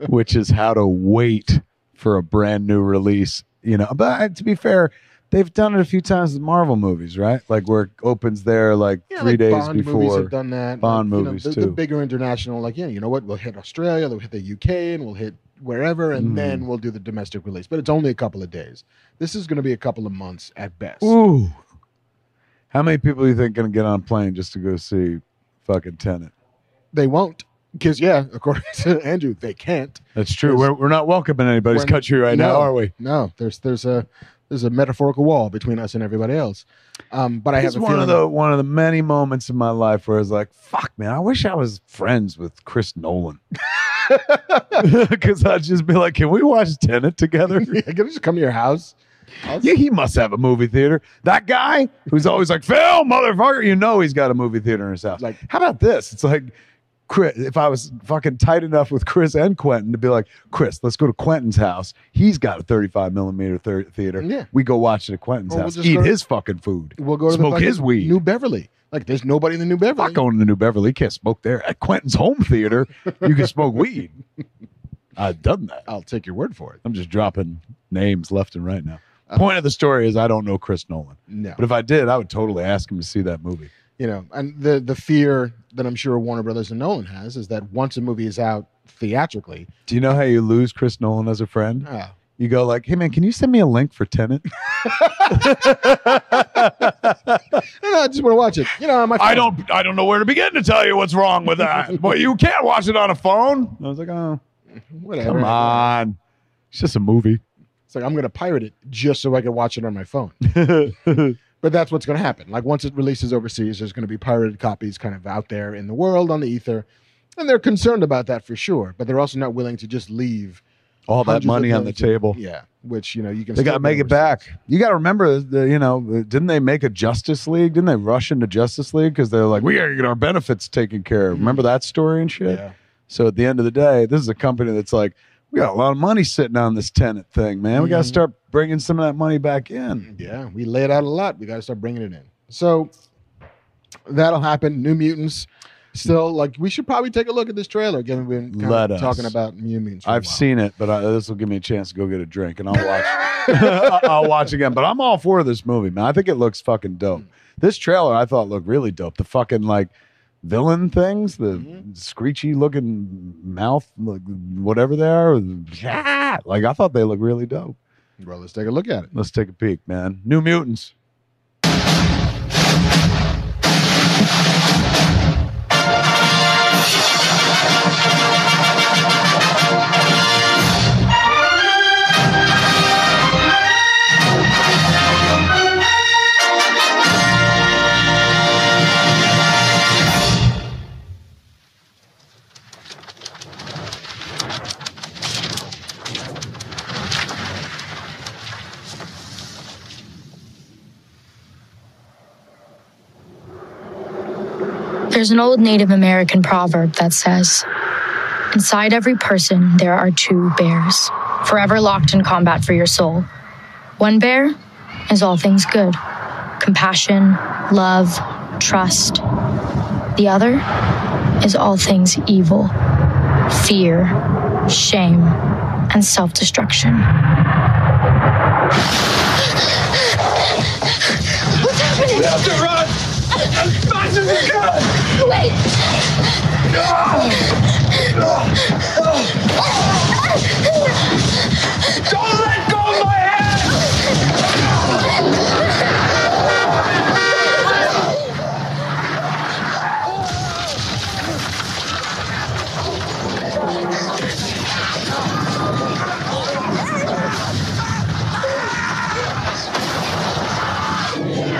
S1: which is how to wait for a brand new release. You know, but uh, to be fair, they've done it a few times with Marvel movies, right? Like where it opens there like
S2: Yeah,
S1: three
S2: like
S1: days
S2: Bond movies
S1: before.
S2: have done that.
S1: Bond
S2: like, you know,
S1: movies,
S2: the, the
S1: too.
S2: bigger international, like yeah, you know what? We'll hit Australia, then we'll hit the UK, and we'll hit wherever, and
S1: Mhm.
S2: then we'll do the domestic release. But it's only a couple of days. This is going to be a couple of months at best.
S1: Ooh. How many people do you think gonna get on a plane just to go see fucking Tenant?
S2: They won't, because yeah, according to Andrew, they can't.
S1: That's true.
S2: Yes.
S1: We're, we're not welcoming anybody's
S2: We're-
S1: country right now,
S2: no.
S1: are we?
S2: No, there's there's a there's a metaphorical wall between us and everybody else. Um, but I have
S1: It's
S2: a
S1: one
S2: feeling
S1: of the one of the many moments in my life where I was like, "Fuck, man, I wish I was friends with Chris Nolan," because I'd just be like, "Can we watch Tenet together?"
S2: Yeah, can I just come to your house? I'll-
S1: yeah, he must have a movie theater. That guy who's always like, "Phil, motherfucker," you know he's got a movie theater in his house.
S2: Like-
S1: how about this? It's like. Chris, if I was fucking tight enough with Chris and Quentin to be like, Chris, let's go to Quentin's house. He's got a 35 millimeter thir- theater.
S2: Yeah.
S1: We go watch it at Quentin's
S2: Or we'll
S1: house.
S2: just
S1: Eat
S2: go to-
S1: his fucking food.
S2: We'll go to
S1: Smoke
S2: the fucking
S1: his weed.
S2: New Beverly. Like there's nobody in the New Beverly.
S1: Not going to New Beverly. You can't smoke there. At Quentin's home theater, you can smoke weed. I've done that.
S2: I'll take your word for it.
S1: I'm just dropping names left and right now. Point of the story is I don't know Chris Nolan,
S2: No.
S1: but if I did, I would totally ask him to see that movie.
S2: you know, and the the fear that I'm sure Warner Brothers and Nolan has is that once a movie is out theatrically,
S1: Do you know how you lose Chris Nolan as a friend?
S2: uh,
S1: you go like, "Hey man, can you send me a link for Tenant?"
S2: No, no, "Ah, I just want to watch it. You know, on my phone.
S1: I don't I don't know where to begin to tell you what's wrong with that. but you can't watch it on a phone. I was like, "Oh,
S2: Whatever.
S1: come on. It's just a movie."
S2: It's like I'm going to pirate it just so I can watch it on my phone. But that's what's going to happen. Like once it releases overseas, there's going to be pirated copies kind of out there in the world on the ether, and they're concerned about that for sure. But they're also not willing to just leave.
S1: All that
S2: hundreds of
S1: money on the
S2: millions of-
S1: table.
S2: Yeah, which you know you can.
S1: They
S2: still
S1: got to make
S2: get
S1: it back. You got to remember, the, you know, didn't they make a Justice League? Didn't they rush into Justice League because they're like, we got to get our benefits taken care of. Remember that story and shit?
S2: overseas. Yeah.
S1: So at the end of the day, this is a company that's like, we got a lot of money sitting on this tenant thing, man. We got to
S2: Mhm.
S1: start bringing some of that money back in.
S2: Yeah, we laid out a lot. We got to start bringing it in. So that'll happen. New Mutants. Still, like we should probably take a look at this trailer. Given we've been kind
S1: Let
S2: of
S1: us.
S2: talking about New Mutants. for a
S1: I've
S2: while.
S1: seen it, but I, this will give me a chance to go get a drink and I'll watch. I- I'll watch again. But I'm all for this movie, man. I think it looks fucking dope. This trailer I thought looked really dope. The fucking like villain things, the
S2: Mhm.
S1: screechy looking mouth, like, whatever they are. Like I thought they looked really dope.
S2: Well, let's take a look at it.
S1: Let's take a peek, man. New Mutants.
S4: There's an old Native American proverb that says, Inside every person, there are two bears, forever locked in combat for your soul. One bear is all things good compassion, love, trust. The other is all things evil fear, shame, and self destruction.
S5: What's happening?
S6: have to run as fast as we can.
S5: Wait!
S6: Don't let go of my hand.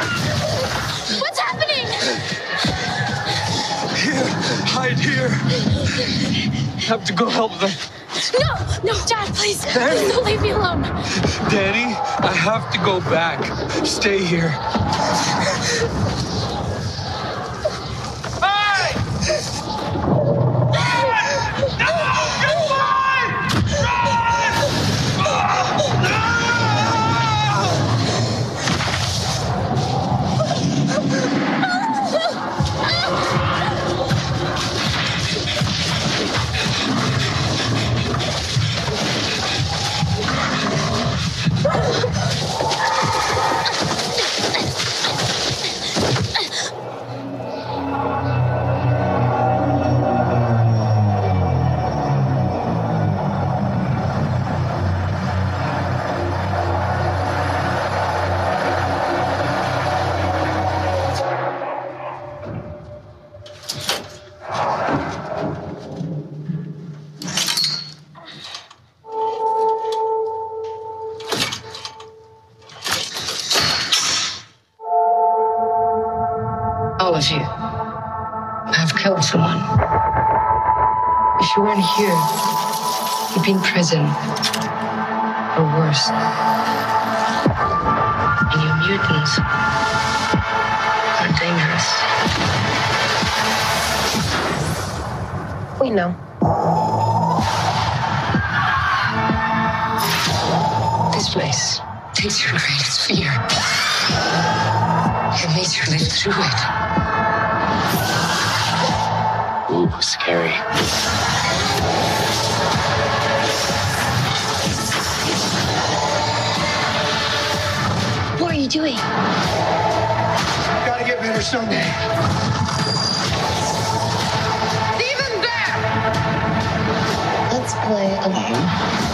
S5: What's happening?
S6: Here, hide here. Have to go help them.
S5: No! No, Dad, please! Please don't leave me alone!
S6: Danny, I have to go back. Stay here. Hey! Run! No! Goodbye! Run! Ah! No!
S7: All of you have killed someone. If you weren't here, you'd be in prison. Or worse. And you mutants are dangerous. We know. This place takes your greatest fear and makes you live through it. Ooh, scary.
S5: What are you doing?
S6: Gotta get better someday.
S7: Even there!
S8: Let's play a game.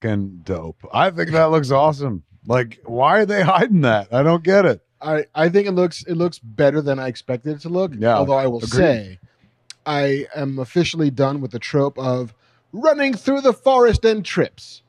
S1: fucking dope. I think that looks awesome. Like, why are they hiding that? I don't get it.
S2: I, I think it looks it looks better than I expected it to look.
S1: Yeah,
S2: Although I will
S1: agreed.
S2: say, I am officially done with the trope of running through the forest and trips.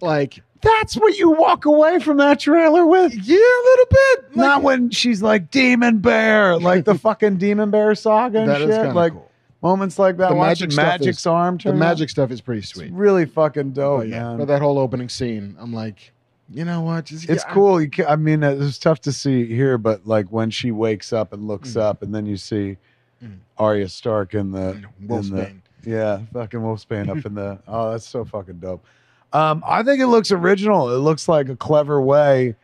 S2: Like
S1: That's what you walk away from that trailer with.
S2: yeah, a little bit.
S1: Not when she's like demon bear, like the fucking demon bear saga and
S2: That is
S1: shit.
S2: kinda
S1: Like
S2: cool.
S1: moments like that.
S2: The
S1: watching
S2: magic stuff
S1: Magic's
S2: is-
S1: arm
S2: the
S1: turn.
S2: magic stuff is pretty
S1: It's
S2: sweet.
S1: really fucking dope,
S2: Oh, But
S1: man.
S2: But that whole opening scene, I'm like, you know what? Just-
S1: It's
S2: yeah,
S1: cool. You can, I mean, it was tough to see here, but like when she wakes up and looks
S2: Mm.
S1: up, and then you see
S2: Mm.
S1: Arya Stark in the in the-
S2: Wolfsbane.
S1: yeah, fucking Wolfsbane up in the. Oh, that's so fucking dope. Um, I think it looks original. It looks like a clever way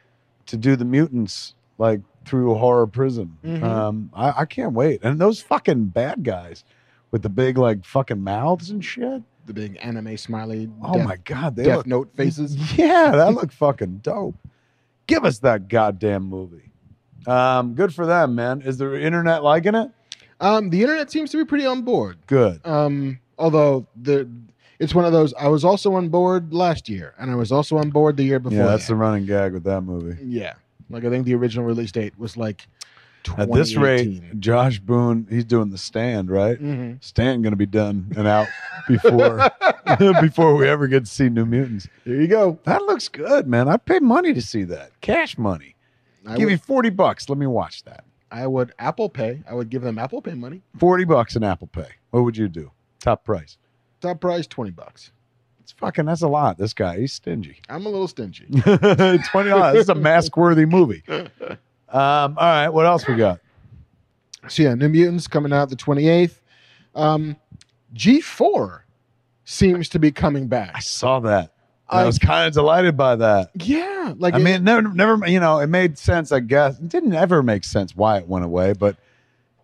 S1: to do the mutants, like through a horror prism.
S2: Mhm.
S1: Um, I, I can't wait. And those fucking bad guys with the big like fucking mouths and shit.
S2: the big anime smiley.
S1: Oh
S2: death,
S1: my god, they
S2: Death
S1: look
S2: Note faces.
S1: yeah, that looked fucking dope. Give us that goddamn movie. Um, good for them, man. Is the internet liking it?
S2: Um, the internet seems to be pretty on board.
S1: Good.
S2: Um, although the it's one of those. I was also on board last year, and I was also on board the year before.
S1: yeah, that's the
S2: that.
S1: running gag with that movie.
S2: yeah. Like I think the original release date was like
S1: At this rate, Josh Boone, he's doing the stand, right?
S2: hmm
S1: Stand gonna be done and out before before we ever get to see New Mutants.
S2: There you go.
S1: That looks good, man. I'd pay money to see that. Cash money.
S2: I
S1: Give
S2: would,
S1: me forty bucks. Let me watch that.
S2: I would Apple Pay. I would give them Apple Pay money.
S1: Forty bucks in Apple Pay. What would you do? Top price.
S2: Top price twenty bucks.
S1: It's fucking that's a lot. This guy, he's stingy.
S2: I'm a little stingy.
S1: Twenty dollars. this is a mask worthy movie. Um, all right, what else we got?
S2: So yeah, New Mutants coming out the 28th. Um, G4 seems to be coming
S1: I
S2: back.
S1: saw that. And I
S2: I-
S1: was kind of delighted by that.
S2: Yeah, like
S1: I mean, it never, never, you know, it made sense. I guess it didn't ever make sense why it went away, but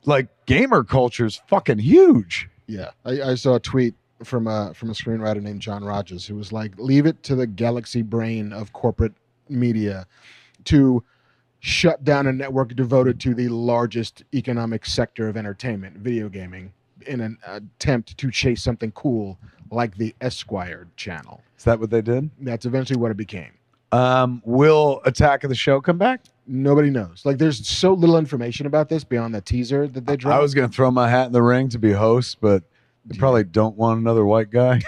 S1: like gamer culture is fucking huge.
S2: yeah, I, I saw a tweet from a from a screenwriter named John Rogers who was like, "Leave it to the galaxy brain of corporate media to shut down a network devoted to the largest economic sector of entertainment, video gaming." In an attempt to chase something cool like the Esquire channel.
S1: Is that what they did?
S2: That's eventually what it became.
S1: Um, will Attack of the Show come back?
S2: Nobody knows. Like, there's so little information about this beyond the teaser that they dropped.
S1: I was going to throw my hat in the ring to be host, but they probably don't want another white guy.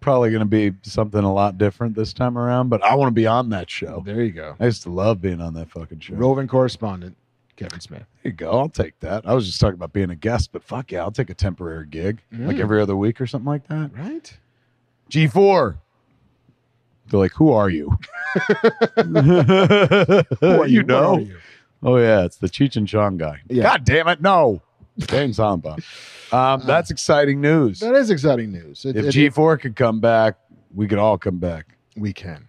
S1: probably going to be something a lot different this time around, but I want to be on that show.
S2: there you go.
S1: I used to love being on that fucking show.
S2: Roving correspondent Kevin Smith.
S1: There you go. I'll take that. I was just talking about being a guest, but fuck yeah, I'll take a temporary gig like
S2: Mm.
S1: every other week or something like that.
S2: Right?
S1: G4. They're like, who are you? Uh, you know. Oh yeah, it's the Cheech and Chong guy.
S2: Yeah.
S1: God damn it, no. Dang Zamba. Um, that's exciting news.
S2: Uh. That is exciting news. It-
S1: if
S2: it-
S1: G4 could come back, we could all come back.
S2: we can.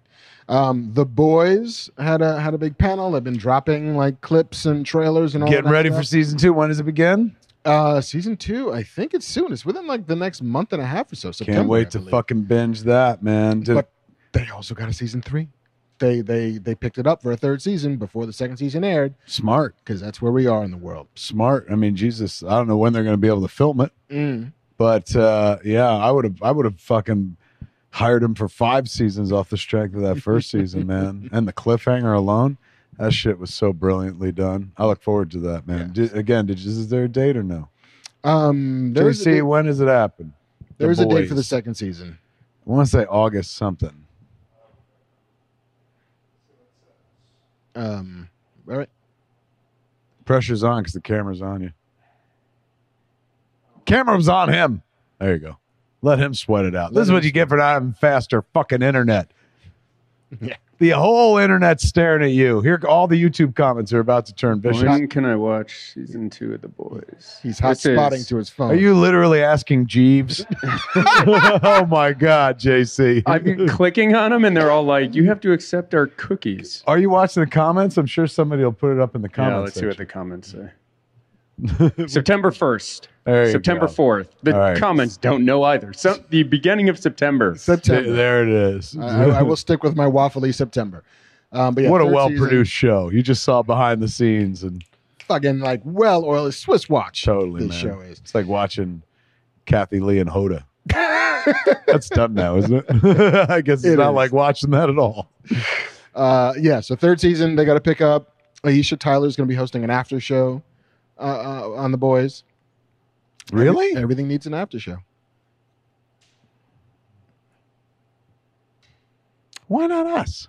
S2: Um, the boys had a had a big panel. They've been dropping like clips and trailers and all.
S1: Getting
S2: that
S1: ready for
S2: stuff.
S1: season two. When does it begin?
S2: uh, season two. I think it's soon. It's within like the next month and a half or so. September,
S1: Can't
S2: I
S1: wait to
S2: believe.
S1: fucking binge that, man. Did-
S2: But they also got a season three. They they they picked it up for a third season before the second season aired
S1: smart,
S2: because that's where we are in the world.
S1: smart. I mean, Jesus, I don't know when they're going to be able to film it,
S2: Mm.
S1: but uh, yeah, I would have, I would have fucking hired him for five seasons off the strength of that first season, man. And the cliffhanger alone, that shit was so brilliantly done. I look forward to that, man. Did, again, did, is there a date or no? Should
S2: Um,
S1: we
S2: there's
S1: see
S2: a date,
S1: when does it happen? The
S2: there's a date for the
S1: boys.
S2: second season.
S1: I want to say August something.
S2: Um, all right,
S1: Pressure's on because the camera's on you. Camera's on him. There you go. Let him sweat it out. this is what you get for not having faster fucking internet.
S2: Yeah.
S1: The whole internet's staring at you. Here, all the YouTube comments are about to turn vicious.
S3: When can I watch season two of The Boys?
S2: he's hot
S3: This is-
S2: spotting to his phone.
S1: Are you literally asking Jeeves? oh my God, JC.
S3: I've been clicking on them, and they're all like, "You have to accept our cookies."
S1: are you watching the comments? I'm sure somebody will put it up in the
S3: Yeah,
S1: comments.
S3: let's see what the comments say. September first,
S1: There you
S3: September
S1: go.
S3: fourth. The
S1: All right.
S3: comments don't know either. So the beginning of September.
S1: There,
S2: September?
S1: there it is.
S2: I, I- I will stick with my waffly September. Um, but yeah,
S1: what a
S2: third
S1: well
S2: season,
S1: produced show. You just saw behind the scenes and
S2: fucking like well oiled Swiss watch.
S1: totally man.
S2: this show is.
S1: It's like watching Kathy Lee and Hoda. That's done now, isn't it? I guess it's
S9: It
S1: not
S9: is.
S1: like watching that at all.
S9: Uh, yeah, so third season, they got to pick up. Aisha Tyler's going to be hosting an after show uh, uh, on The Boys.
S1: Really?
S9: Everything needs an after show.
S1: Why not us?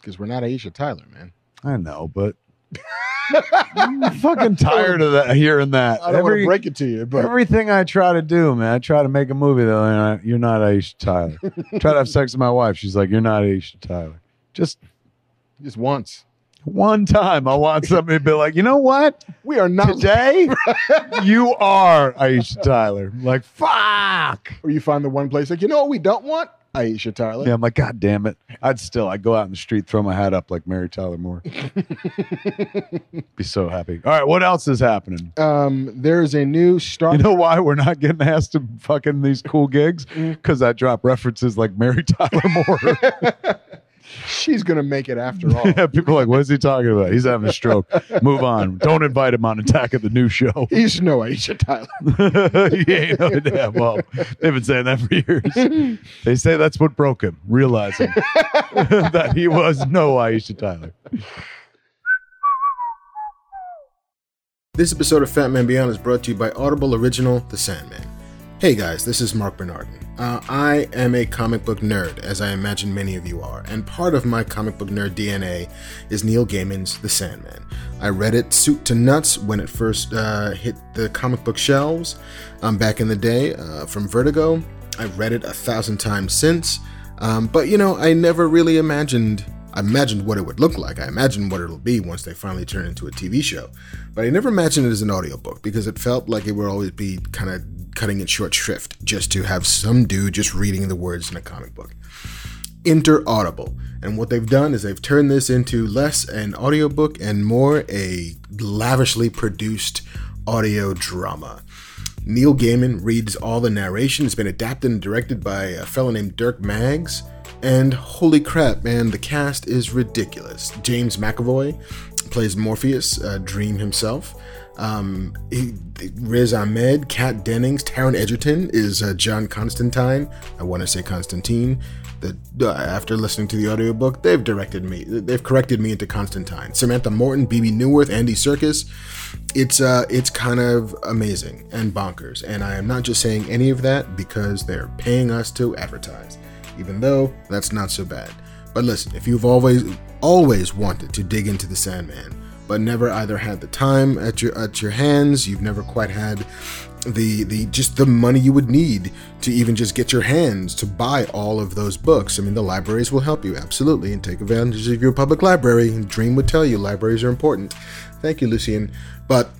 S9: because we're not Aisha Tyler, man.
S1: I know, but I'm fucking tired of that hearing that.
S9: I don't want
S1: Every-
S9: to break it to you, but
S1: Everything I try to do, man, I try to make a movie though, and I, you're not Aisha Tyler. try to have sex with my wife, she's like, "You're not Aisha Tyler." Just
S9: just once.
S1: one time, I want somebody to be like, "You know what?
S9: We are not.
S1: Today, you are Aisha Tyler." I'm like, fuck.
S9: Or you find the one place like, you know what we don't want? Aisha Tyler.
S1: Yeah, I'm like, God damn it! I'd still, I'd go out in the street, throw my hat up like Mary Tyler Moore. be so happy. All right, what else is happening?
S9: Um, there is a new Star.
S1: You know why we're not getting asked to fucking these cool gigs? Because I drop references like Mary Tyler Moore.
S9: She's gonna make it after all.
S1: yeah, people are like, what is he talking about? He's having a stroke. Move on. Don't invite him on Attack of the New Show.
S9: He's no Aisha Tyler.
S1: he ain't no yeah, well, they've been saying that for years. They say that's what broke him, realizing that he was no Aisha Tyler.
S2: This episode of Fat Man Beyond is brought to you by Audible Original The Sandman. Hey guys, this is Mark Bernardin. Uh, I am a comic book nerd, as I imagine many of you are, and part of my comic book nerd DNA is Neil Gaiman's The Sandman. I read it suit to nuts when it first uh, hit the comic book shelves um, back in the day uh, from Vertigo. I've read it a thousand times since, um, but you know, I never really imagined. I imagined what it would look like. I imagined what it'll be once they finally turn it into a TV show. But I never imagined it as an audiobook because it felt like it would always be kind of cutting it short shrift just to have some dude just reading the words in a comic book. Enter Audible. And what they've done is they've turned this into less an audiobook and more a lavishly produced audio drama. Neil Gaiman reads all the narration. It's been adapted and directed by a fellow named Dirk Maggs. And holy crap, man, the cast is ridiculous. James McAvoy plays Morpheus, uh, Dream himself. Um, he, Riz Ahmed, Kat Dennings, Taron Egerton is uh, John Constantine. I want to say Constantine. The, uh, after listening to the audiobook, they've directed me. They've corrected me into Constantine. Samantha Morton, BB Newworth, Andy Circus it's uh it's kind of amazing and bonkers and i am not just saying any of that because they're paying us to advertise even though that's not so bad but listen if you've always always wanted to dig into the sandman but never either had the time at your at your hands you've never quite had the the just the money you would need to even just get your hands to buy all of those books. I mean, the libraries will help you absolutely and take advantage of your public library. Dream would tell you libraries are important. Thank you, Lucien. But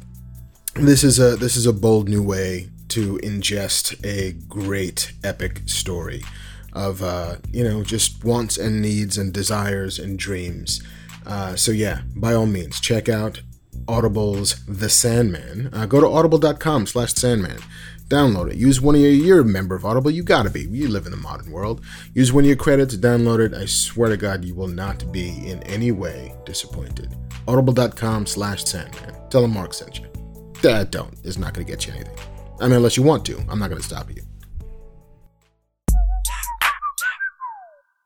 S2: this is a this is a bold new way to ingest a great epic story of uh, you know just wants and needs and desires and dreams. Uh, so yeah, by all means, check out Audible's The Sandman. Uh, go to audible.com slash Sandman. Download it. Use one of your, you're a member of Audible. You gotta be. You live in the modern world. Use one of your credits, download it. I swear to God, you will not be in any way disappointed. Audible.com slash Sandman. Tell them Mark sent you. That don't. It's not gonna get you anything. I mean, unless you want to. I'm not gonna stop you.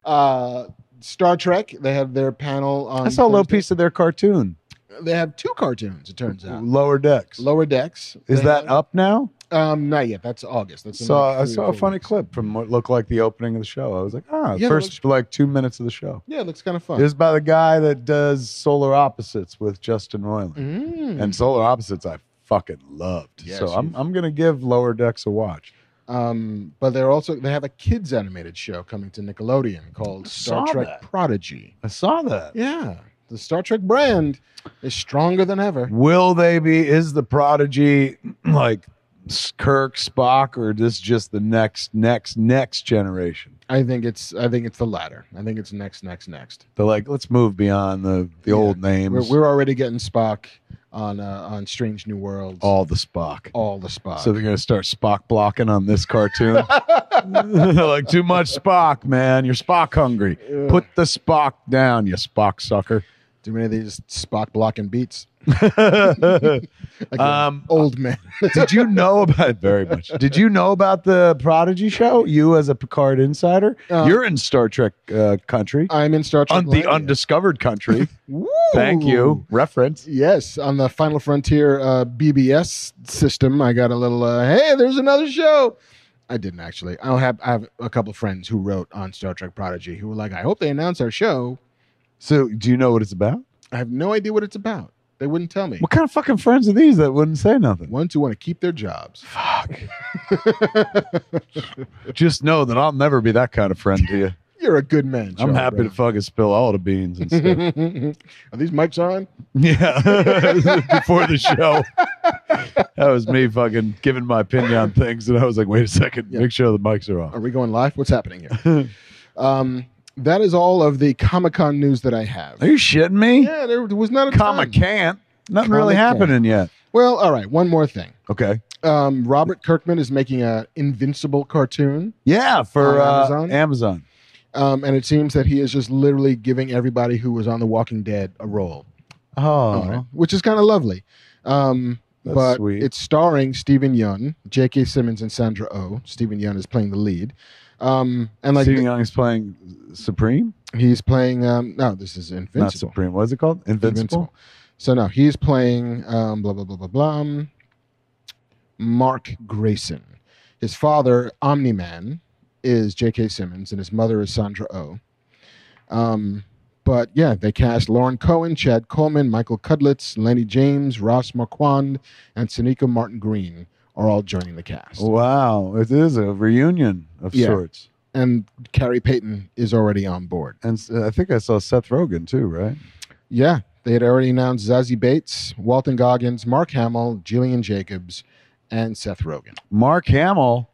S9: Uh, Star Trek. They have their panel on.
S1: I saw a little
S9: Thursday.
S1: piece of their cartoon,
S9: They have two cartoons. It turns out.
S1: Lower Decks.
S9: Lower decks.
S1: Is
S9: They
S1: that
S9: have-
S1: up now?
S9: Um, not yet. That's August. That's in
S1: So
S9: like
S1: I
S9: three or
S1: saw a
S9: four
S1: funny
S9: weeks.
S1: clip from what looked like the opening of the show. I was like, ah,
S9: Yeah, that looks-
S1: first like two minutes of the show.
S9: Yeah, it looks kind of
S1: It
S9: fun.
S1: was by the guy that does Solar Opposites with Justin Roiland.
S9: Mm.
S1: And Solar Opposites, I fucking loved.
S9: Yes,
S1: so I'm
S9: you've-
S1: I'm gonna give Lower Decks a watch.
S9: Um, but they're also they have a kids animated show coming to Nickelodeon called Star
S1: saw
S9: Trek
S1: that.
S9: Prodigy.
S1: I saw that.
S9: Yeah, the Star Trek brand is stronger than ever.
S1: Will they be? Is the prodigy like S- Kirk Spock, or this just the next next next generation?
S9: I think it's I think it's the latter. I think it's next, next, next.
S1: They're like, let's move beyond the the
S9: Yeah.
S1: old names.
S9: We're, we're already getting Spock on uh, on Strange New Worlds.
S1: all the Spock.
S9: all the Spock.
S1: So they're gonna start Spock blocking on this cartoon. like too much Spock, man. You're Spock hungry.
S9: Ugh.
S1: Put the Spock down, you Spock sucker.
S2: Too many of these Spock blocking beats. Like an
S1: um,
S2: old man.
S1: did you know about very much? Did you know about the Prodigy show? You as a Picard insider,
S2: Uh,
S1: you're in Star Trek uh, country,
S2: I'm in Star Trek.
S1: on the
S2: Land.
S1: undiscovered country.
S2: Woo!
S1: Thank you. Reference.
S2: Yes, on the Final Frontier uh, BBS system, I got a little. Uh, hey, there's another show. I didn't actually. I have I have a couple of friends who wrote on Star Trek Prodigy who were like, I hope they announce our show.
S1: So, do you know what it's about?
S2: I have no idea what it's about. They wouldn't tell me.
S1: What kind of fucking friends are these that wouldn't say nothing?
S2: Ones who want to keep their jobs.
S1: Fuck. Just know that I'll never be that kind of friend to you.
S2: You're a good man.
S1: I'm happy to fucking spill all the beans and stuff.
S2: to. Are these mics on?
S1: Yeah, before the show, that was me fucking giving my opinion on things, and I was like, "Wait a second,
S2: Yeah.
S1: make sure the mics are
S2: Are
S1: off."
S2: we going live? What's happening here? um, that is all of the Comic Con news that I have.
S1: Are you shitting me?
S2: Yeah, there was not a
S1: Comic
S2: ton.
S1: can't. Nothing really
S2: Comic-Con.
S1: happening yet.
S2: Well, all right. One more thing.
S1: Okay.
S2: um, Robert Kirkman is making a Invincible cartoon,
S1: Yeah, for
S2: On
S1: uh,
S2: Amazon?
S1: Amazon.
S2: um, and it seems that he is just literally giving everybody who was on The Walking Dead a role, on it,
S1: Oh,
S2: which is kind of lovely. Um,
S1: That's
S2: but
S1: sweet.
S2: it's starring Stephen Yun, J.K. Simmons, and Sandra Oh. Stephen Yun is playing the lead, um, and like
S1: Stephen Young's playing Supreme,
S2: he's playing. Um, no, this is
S1: not
S2: Invincible.
S1: Supreme. What's it called? Invincible.
S2: So no, he's playing um, blah blah blah blah blah. um, Mark Grayson. His father, Omni Man, is J.K. Simmons, and his mother is Sandra O. Oh. Um, but yeah, they cast Lauren Cohen, Chad Coleman, Michael Cudlitz, Lenny James, Ross Marquand, and Sonika Martin Green are all joining the cast.
S1: Oh. Wow, it is a reunion of
S2: Yeah.
S1: sorts.
S2: And Carrie Payton is already on board.
S1: And s- uh, I think I saw Seth Rogen too, right?
S2: Yeah, they had already announced Zazie Bates, Walton Goggins, Mark Hamill, Jillian Jacobs, and Seth Rogen.
S1: Mark Hamill.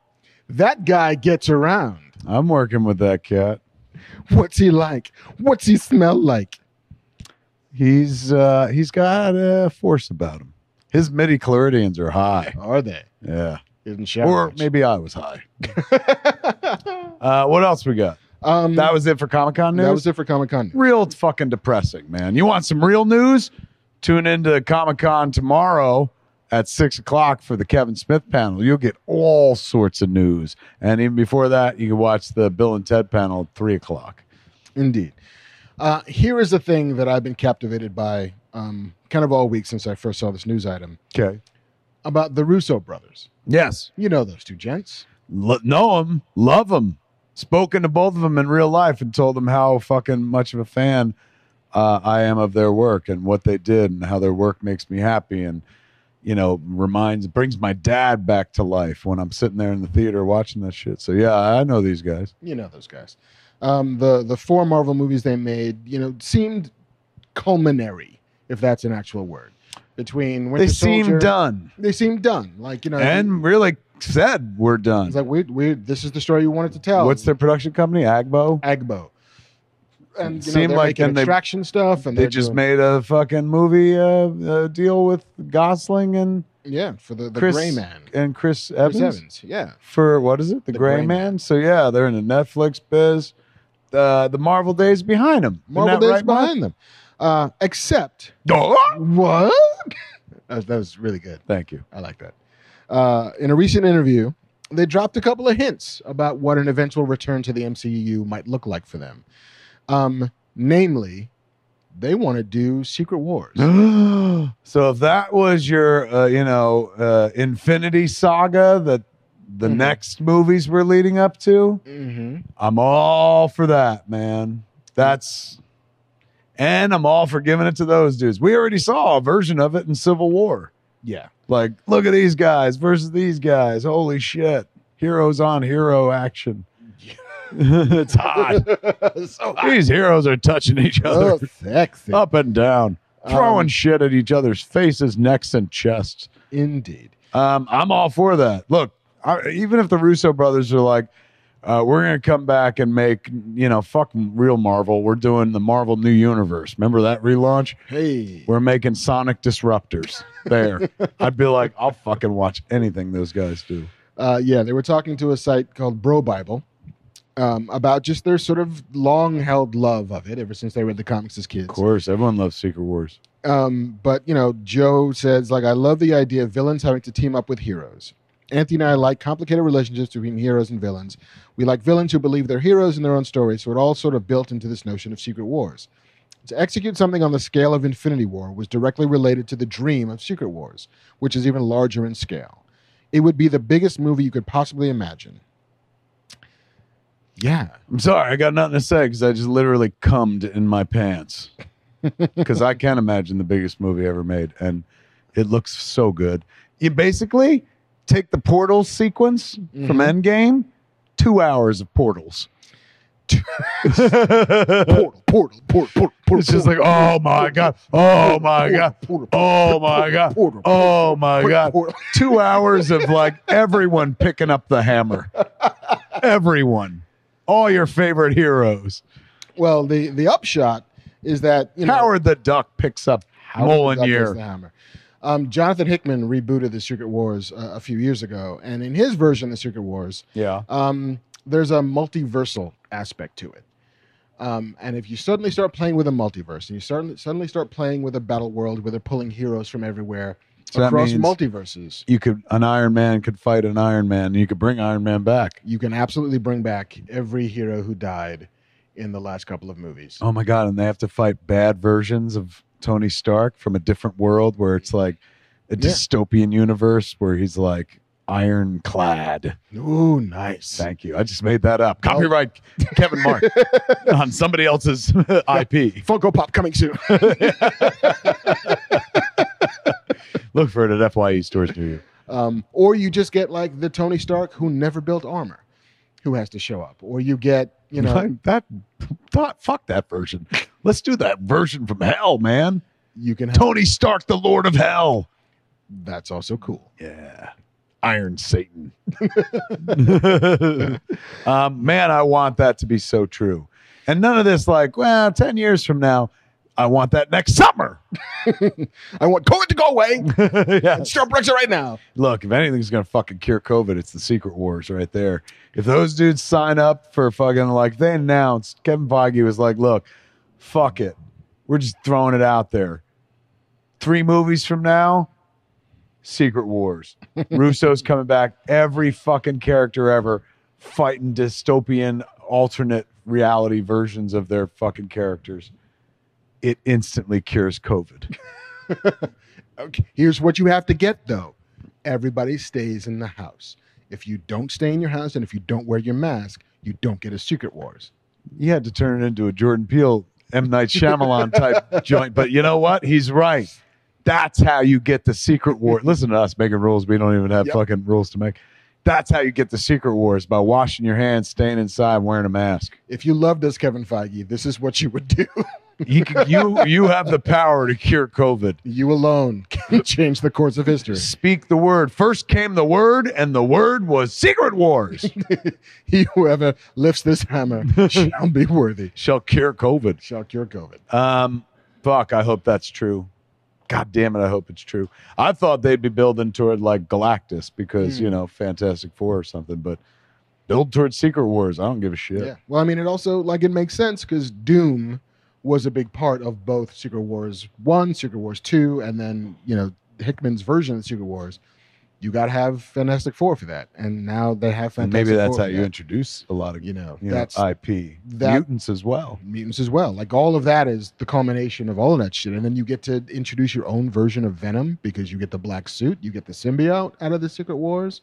S2: That guy gets around.
S1: I'm working with that cat.
S2: What's he like? What's he smell like?
S1: He's uh he's got a force about him. His midi chloridians are high.
S2: Are they?
S1: Yeah.
S2: Didn't shower.
S1: Or
S2: much.
S1: maybe I was high. uh what else we got?
S2: um,
S1: That was it for Comic Con news.
S2: that was it for Comic Con.
S1: real fucking depressing, man. You want some real news? Tune into Comic Con tomorrow at six o'clock for the Kevin Smith panel. You'll get all sorts of news. And even before that, you can watch the Bill and Ted panel at three o'clock.
S2: Indeed. Uh, here is the thing that I've been captivated by, um, kind of all week since I first saw this news item
S1: Okay.
S2: about the Russo brothers.
S1: Yes.
S2: You know those two gents.
S1: Lo- know him, love him, spoken to both of them in real life, and told them how fucking much of a fan uh, I am of their work and what they did and how their work makes me happy and you know reminds brings my dad back to life when I'm sitting there in the theater watching that shit. So yeah, I know these guys.
S2: You know those guys. Um, the the four Marvel movies they made, you know, seemed culminary, if that's an actual word. Between Winter
S1: they seem
S2: Soldier-
S1: done
S2: They seem done. Like you know,
S1: and really said we're done.
S2: It's like we we this is the story you wanted to tell.
S1: What's their production company? Agbo.
S2: Agbo? And you know,
S1: Seemed
S2: they're
S1: like-
S2: making
S1: and they-
S2: extraction stuff, and
S1: They
S2: they're
S1: just
S2: doing-
S1: made a fucking movie uh, uh, deal with Gosling and
S2: yeah for the the
S1: Chris
S2: Gray Man,
S1: and Chris
S2: Chris
S1: Evans.
S2: Evans, yeah,
S1: for what is it? The,
S2: The
S1: Gray,
S2: Gray
S1: Man. So yeah, they're in the Netflix biz. Uh, the Marvel days behind them.
S2: Marvel Days behind them, uh, except what? that that was really good.
S1: Thank you.
S2: I like that. Uh, in a recent interview, they dropped a couple of hints about what an eventual return to the MCU might look like for them. Um, namely, they want to do Secret Wars.
S1: so if that was your, uh, you know, uh, Infinity Saga that the
S2: Mhm.
S1: next movies were leading up to,
S2: mm-hmm.
S1: I'm all for that, man. That's and I'm all for giving it to those dudes. We already saw a version of it in Civil War.
S2: Yeah.
S1: Like, look at these guys versus these guys. Holy shit. Heroes on hero action. it's hot.
S2: so
S1: These heroes are touching each other
S2: Oh, sexy.
S1: up and down, throwing
S2: Um,
S1: shit at each other's faces, necks, and chests.
S2: Indeed.
S1: Um, I'm all for that. Look, I, even if the Russo brothers are like, uh, we're going to come back and make, you know, fuck real Marvel. We're doing the Marvel New Universe. Remember that relaunch?
S2: Hey.
S1: We're making Sonic Disruptors. There. I'd be like, I'll fucking watch anything those guys do.
S2: Uh, yeah, they were talking to a site called Bro Bible, um, about just their sort of long held love of it ever since they read the comics as kids.
S1: Of course, everyone loves Secret Wars.
S2: Um, but you know, Joe says like, I love the idea of villains having to team up with heroes. Anthony and I like complicated relationships between heroes and villains. We like villains who believe they're heroes in their own stories, so it all sort of built into this notion of secret wars. To execute something on the scale of Infinity War was directly related to the dream of Secret Wars, which is even larger in scale. It would be the biggest movie you could possibly imagine. Yeah.
S1: I'm sorry, I got nothing to say because I just literally cummed in my pants. Because I can't imagine the biggest movie ever made, and it looks so good. You basically take the portal sequence from Endgame, two hours of portals.
S2: Portal, portal, portal, portal, portal.
S1: It's just like, oh my god, oh my god,
S2: portal,
S1: oh my god,
S2: portal,
S1: oh my god.
S2: portal.
S1: Two hours of like everyone picking up the hammer. Everyone, all your favorite heroes.
S2: Well, the the upshot is that you know,
S1: Howard the Duck picks up
S2: How does that place
S1: Molinier.
S2: the hammer? Um, Jonathan Hickman rebooted the Secret Wars uh, a few years ago, and in his version of Secret Wars,
S1: Yeah,
S2: um, there's a multiversal aspect to it. Um, and if you suddenly start playing with a multiverse, and you suddenly suddenly start playing with a battle world where they're pulling heroes from everywhere
S1: So that
S2: across
S1: means-
S2: multiverses,
S1: you could. An Iron Man could fight an Iron Man. And you could bring Iron Man back.
S2: you can absolutely bring back every hero who died in the last couple of movies.
S1: Oh my god! And they have to fight bad versions of Tony Stark from a different world, where it's like a
S2: Yeah.
S1: dystopian universe where he's like ironclad. Oh,
S2: Ooh, nice.
S1: Thank you. I just made that up. Copyright Kevin Mark on somebody else's IP.
S2: Funko Pop coming soon.
S1: Look for it at Fye stores near you.
S2: Um, or you just get like the Tony Stark who never built armor, who has to show up. Or you get, you know,
S1: that, that fuck that version. Let's do that version from hell, man.
S2: you can have.
S1: Tony Stark, the Lord of Hell.
S2: That's also cool.
S1: Yeah. Iron Satan. um, man, I want that to be so true. And none of this, like, well, 10 years from now, I want that next summer.
S2: I want COVID to go away.
S1: yeah.
S2: and start Brexit right now.
S1: Look, if anything's going to fucking cure COVID, it's the Secret Wars right there. If those dudes sign up for fucking, like, they announced, Kevin Feige was like, look, fuck it. We're just throwing it out there. Three movies from now, Secret Wars. Russo's coming back. Every fucking character ever fighting dystopian alternate reality versions of their fucking characters. It instantly cures COVID.
S2: Okay. Here's what you have to get though. Everybody stays in the house. If you don't stay in your house and if you don't wear your mask, you don't get a Secret Wars.
S1: you had to turn it into a Jordan Peele, M Night Shyamalan type joint. But you know what? He's right. That's how you get the secret war. Listen to us making rules. We don't even have
S2: Yep.
S1: fucking rules to make. That's how you get the secret wars by washing your hands, staying inside, wearing a mask.
S2: If you loved us, Kevin Feige, this is what you would do.
S1: You can, you you have the power to cure COVID.
S2: You alone can change the course of history.
S1: Speak the word. First came the word, and the word was secret wars
S2: He whoever lifts this hammer shall be worthy.
S1: shall cure COVID.
S2: Shall cure COVID.
S1: Um, fuck, I hope that's true. God damn it, I hope it's true. I thought they'd be building toward like Galactus because,
S2: Hmm.
S1: you know, Fantastic Four or something, but build toward Secret Wars. I don't give a shit.
S2: Yeah. Well, I mean, it also like it makes sense because Doom was a big part of both Secret Wars One, Secret Wars Two, and then you know Hickman's version of Secret Wars. You got to have Fantastic Four for that, and now they have
S1: and
S2: Fantastic.
S1: maybe that's
S2: Four
S1: how
S2: for
S1: you
S2: that,
S1: introduce a lot of
S2: you know
S1: you know,
S2: that's
S1: IP
S2: that-
S1: mutants as well.
S2: mutants as well. Like all of that is the culmination of all of that shit, and then you get to introduce your own version of Venom because you get the black suit, you get the symbiote out of the Secret Wars,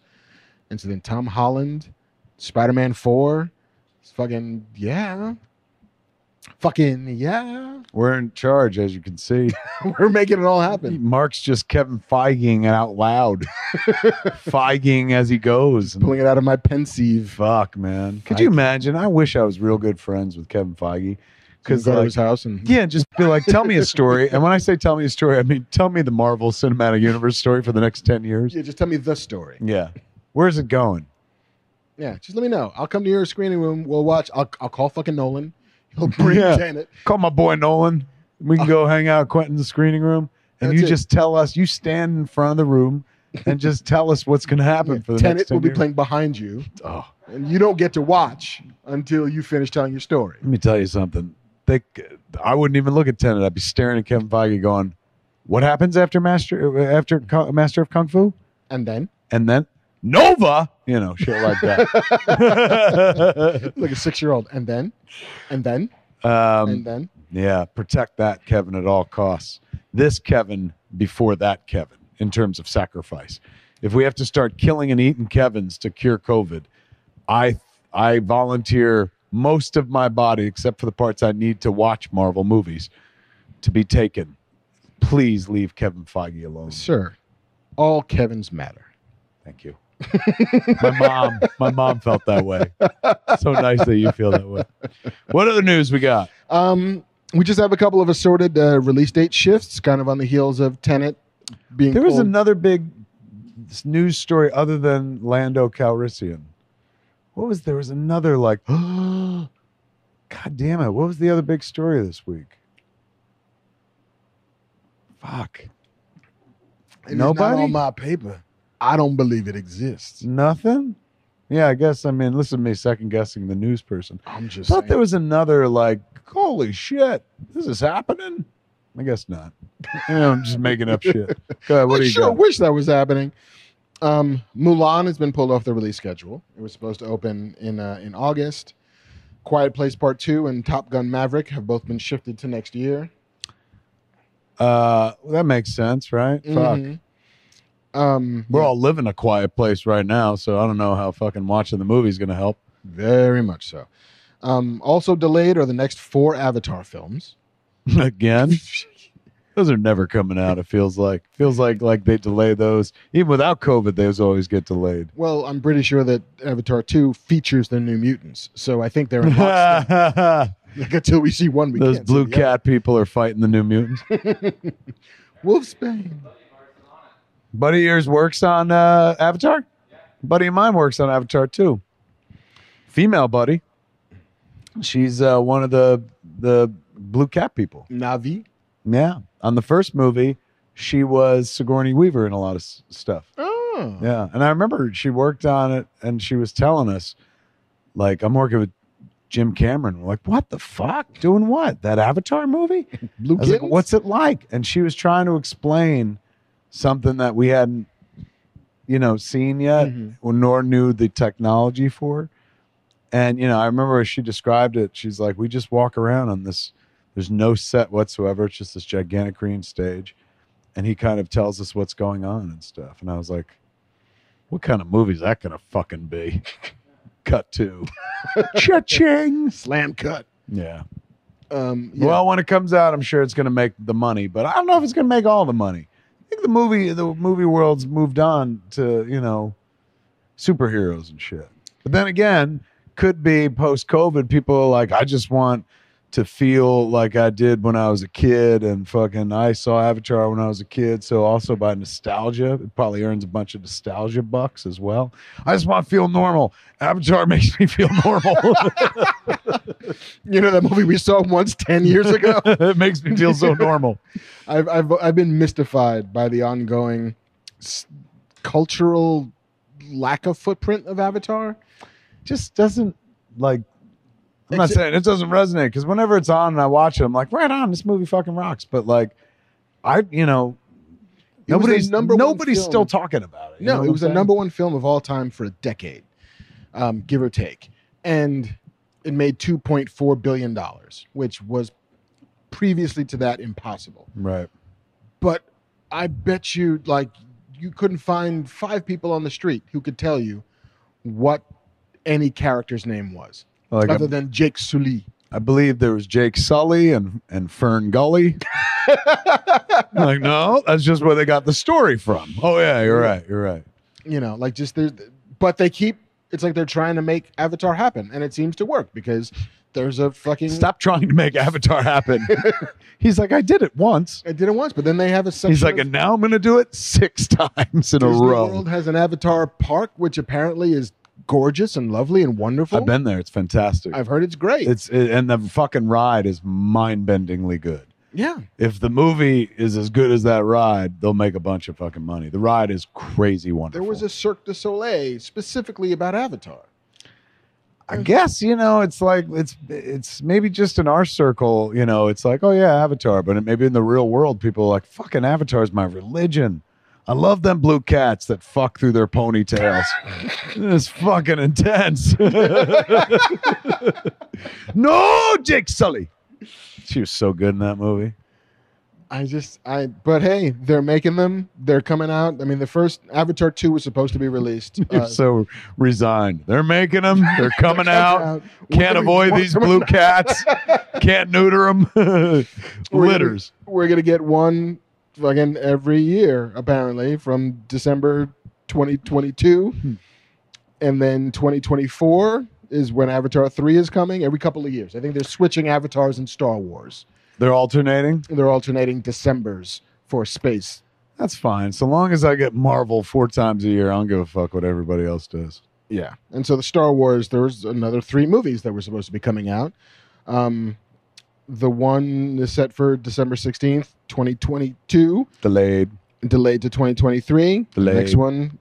S2: and so then Tom Holland, Spider Man Four, it's fucking yeah, fucking yeah,
S1: We're in charge, as you can see.
S2: we're making it all happen.
S1: Mark's just Kevin Feiging out loud, Feiging as he goes. And
S2: Pulling it out of my pensieve.
S1: fuck, man. Could you
S2: Feige.
S1: imagine? I wish I was real good friends with Kevin Feige because
S2: go to
S1: like,
S2: his house and
S1: Yeah, just be like, tell me a story. And when I say tell me a story, I mean tell me the Marvel Cinematic Universe story for the next 10 years.
S2: yeah, just tell me the story.
S1: Yeah. Where's it going?
S2: Yeah, just let me know. I'll come to your screening room. We'll watch. I'll, I'll call fucking Nolan. He'll bring
S1: Yeah.
S2: Janet.
S1: Call my boy Nolan. We can go hang out at Quentin's screening room. And
S2: That's
S1: you
S2: it.
S1: just tell us, you stand in front of the room and just tell us what's going to happen for the
S2: Tenet
S1: next 10
S2: will be
S1: years.
S2: playing behind you.
S1: Oh,
S2: and you don't get to watch until you finish telling your story.
S1: Let me tell you something. They, I wouldn't even look at Tenet. I'd be staring at Kevin Feige, going, "What happens after Master uh, after Kung- Master of Kung Fu?"
S2: And then,
S1: And then Nova, you know, shit like that.
S2: like a six-year-old, and then, and then,
S1: um,
S2: and then.
S1: yeah, protect that Kevin at all costs. This Kevin before that Kevin in terms of sacrifice. If we have to start killing and eating Kevins to cure COVID, I I volunteer most of my body except for the parts I need to watch Marvel movies to be taken. Please leave Kevin Feige alone.
S2: Sir, all Kevin's matter.
S1: Thank you. my mom, my mom felt that way. So nice that you feel that way. What other news we got?
S2: Um, we just have a couple of assorted uh, release date shifts, kind of on the heels of Tenet being.
S1: There was
S2: pulled.
S1: another big s- news story other than Lando Calrissian. What was there was another like God damn it. What was the other big story this week? Fuck.
S2: It is not
S1: Nobody?
S2: on my paper. I don't believe it exists.
S1: Nothing? Yeah, I guess I mean listen to me second guessing the news person.
S2: I'm just.
S1: thought
S2: Saying.
S1: there was another like, holy shit, this is happening. I guess not. I'm just making up shit. Go ahead, what
S2: I
S1: do you
S2: sure
S1: got?
S2: wish that was happening. Um, Mulan has been pulled off the release schedule. It was supposed to open in uh, in August. Quiet Place Part Two and Top Gun Maverick have both been shifted to next year.
S1: Uh, well, that makes sense, right? Fuck.
S2: Mhm. Um,
S1: We're all living a quiet place right now, so I don't know how fucking watching the movie's gonna help.
S2: very much so. Um, also delayed are the next four Avatar films.
S1: Again, those are never coming out. It feels like feels like like they delay those even without COVID. Those always get delayed.
S2: Well, I'm pretty sure that Avatar Two features the New Mutants, so I think they're in lockstep.
S1: those
S2: like, until we see one, we can't see
S1: blue
S2: the other.
S1: cat people are fighting the New Mutants.
S2: Wolfsbane.
S1: Buddy of yours works on uh, Avatar. Buddy of mine works on Avatar too. Female buddy. She's uh, one of the the blue cat people.
S2: Navi.
S1: Yeah. On the first movie, she was Sigourney Weaver in a lot of s- stuff.
S2: Oh,
S1: Yeah. And I remember she worked on it and she was telling us, like, I'm working with Jim Cameron. We're like, what the fuck? Doing what? That Avatar movie?
S2: blue
S1: I was like,
S2: kittens?
S1: what's it like? And she was trying to explain something that we hadn't, you know, seen yet,
S2: Mhm.
S1: or nor knew the technology for. And, you know, I remember as she described it, she's like, we just walk around on this, there's no set whatsoever. It's just this gigantic green stage. And he kind of tells us what's going on and stuff. And I was like, what kind of movie is that going to fucking be? Cut to. Cha-ching.
S2: slam cut?
S1: Yeah.
S2: Um, yeah.
S1: Well, when it comes out, I'm sure it's going to make the money, but I don't know if it's going to make all the money. I think the movie, the movie world's moved on to you know superheroes and shit. But then again, could be post COVID. People are like, I just want to feel like I did when I was a kid, and fucking I saw Avatar when I was a kid. So also by nostalgia, it probably earns a bunch of nostalgia bucks as well. I just want to feel normal. Avatar makes me feel normal.
S2: you know that movie we saw once ten years ago.
S1: it makes me feel so normal.
S2: I've, I've I've been mystified by the ongoing s- cultural lack of footprint of Avatar.
S1: just doesn't like. I'm not
S2: Except-
S1: saying it doesn't resonate because whenever it's on and I watch it, I'm like, right on, this movie fucking rocks. But like, I you know,
S2: It was the
S1: nobody's
S2: number one
S1: nobody's
S2: film.
S1: still talking about it. you know
S2: No,
S1: what
S2: it
S1: I'm
S2: was the
S1: saying?
S2: number one film of all time for a decade, um, give or take, and it made two point four billion dollars, which was previously to that impossible.
S1: Right.
S2: but I bet you like you couldn't find five people on the street who could tell you what any character's name was
S1: Like
S2: other
S1: I,
S2: than Jake Sully.
S1: I believe there was Jake Sully and and Fern Gully. I'm like no, that's just where they got the story from. Oh yeah, you're right. You're right.
S2: You know, like just there's but they keep it's like they're trying to make Avatar happen and it seems to work because there's a fucking
S1: Stop trying to make Avatar happen. He's like, I did it once.
S2: I did it once, but then they have a section
S1: He's like,
S2: of-
S1: and now I'm going to do it six times in a
S2: Disney
S1: row.
S2: World has an Avatar park which apparently is gorgeous and lovely and wonderful.
S1: I've been there. It's fantastic.
S2: I've heard it's great.
S1: It's it, and the fucking ride is mind-bendingly good.
S2: yeah.
S1: If the movie is as good as that ride, they'll make a bunch of fucking money. The ride is crazy wonderful.
S2: There was a Cirque du Soleil specifically about Avatar.
S1: I
S2: Mm-hmm.
S1: guess you know it's like it's it's maybe just in our circle, you know, it's like oh yeah, Avatar, but it- maybe in the real world, people are like fucking Avatar's my religion. I love them blue cats that fuck through their ponytails. it's fucking intense. no, Jake Sully. She was so good in that movie.
S2: I just I but hey, they're making them. They're coming out. I mean, the first Avatar 2 was supposed to be released.
S1: You're
S2: uh,
S1: so resigned. They're making them. They're coming out.
S2: We're
S1: Can't
S2: gonna-
S1: avoid
S2: we're
S1: these
S2: gonna-
S1: blue cats. Can't neuter them.
S2: We're gonna-
S1: Litters.
S2: We're going to get one fucking every year apparently from December 2022 and then 2024 is when Avatar 3 is coming every couple of years. I think they're switching avatars in Star Wars.
S1: They're alternating.
S2: And they're alternating Decembers for space.
S1: That's fine. So long as I get Marvel four times a year, I don't give a fuck what everybody else does.
S2: Yeah. And so the Star Wars, there was another three movies that were supposed to be coming out. Um, the one is set for December 16th, 2022,
S1: Delayed.
S2: delayed to 2023.
S1: Delayed.
S2: The next one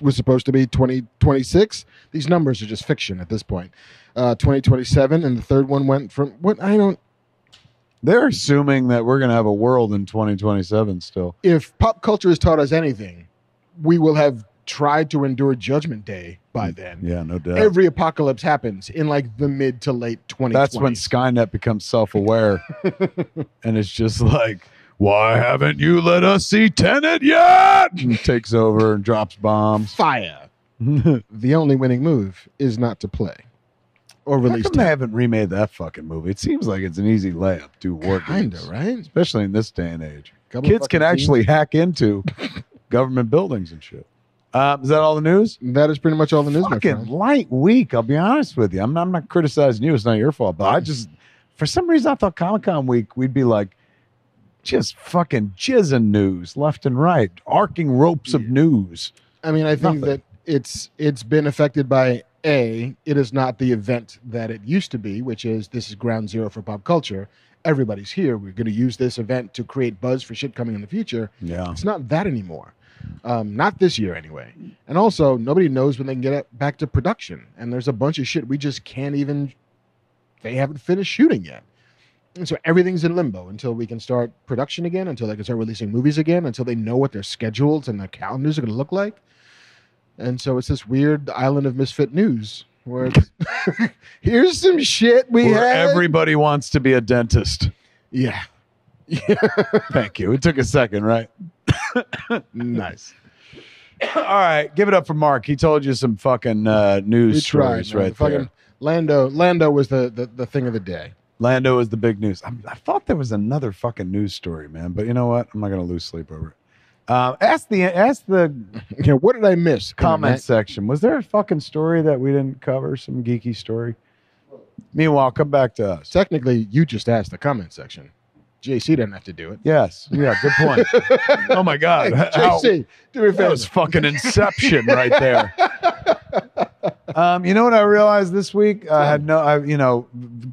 S2: was supposed to be 2026. These numbers are just fiction at this point. Uh, 2027, and the third one went from what I don't.
S1: They're assuming that we're gonna have a world in 2027 still.
S2: If pop culture has taught us anything, we will have tried to endure Judgment Day by then.
S1: Mm, Yeah, no doubt.
S2: Every apocalypse happens in like the mid to late 2020s.
S1: That's when Skynet becomes self-aware, and it's just like, why haven't you let us see Tenet yet? And takes over and drops bombs.
S2: fire. The only winning move is not to play or
S1: How
S2: release.
S1: come they haven't remade that fucking movie? It seems like it's an easy layup. Do war
S2: Kinda
S1: games.
S2: right.
S1: especially in this day and age.
S2: Couple
S1: Kids can
S2: fucking
S1: actually hack into government buildings and shit. Um, is that all the news?
S2: That is pretty much all the news. My
S1: Fucking
S2: friend.
S1: light week. I'll be honest with you. I'm not, I'm not criticizing you. It's not your fault. But I just, for some reason, I thought Comic Con week we'd be like just fucking jizzing news left and right, arcing ropes of news.
S2: I mean, I
S1: Nothing.
S2: think that it's it's been affected by a. It is not the event that it used to be, which is this is ground zero for pop culture. Everybody's here. We're going to use this event to create buzz for shit coming in the future.
S1: Yeah.
S2: It's not that anymore. Um, not this year, anyway. And also, nobody knows when they can get it back to production. And there's a bunch of shit we just can't even. They haven't finished shooting yet. And so everything's in limbo until we can start production again, until they can start releasing movies again, until they know what their schedules and their calendars are going to look like. And so it's this weird island of misfit news where it's, here's some shit we
S1: Where
S2: had.
S1: everybody wants to be a dentist.
S2: yeah.
S1: Thank you. It took a second, right?
S2: Nice.
S1: All right. Give it up for Mark. He told you some fucking uh, news
S2: We tried.
S1: stories
S2: man.
S1: right
S2: Fucking
S1: there.
S2: Lando. Lando was the, the the thing of the day.
S1: Lando is the big news. I, I thought there was another fucking news story, man. But you know what? I'm not gonna lose sleep over it. Um, ask the ask the
S2: Yeah, what did I miss?
S1: comment section. Was there a fucking story that we didn't cover? Some geeky story. Meanwhile, come back to us.
S2: Technically, you just asked the comment section. JC didn't have to do it.
S1: Yes. Yeah. Good point. oh my god. How-
S2: JC, do me a
S1: That
S2: favor.
S1: was fucking Inception right there. Um, you know what I realized this week? I had no, I, you know,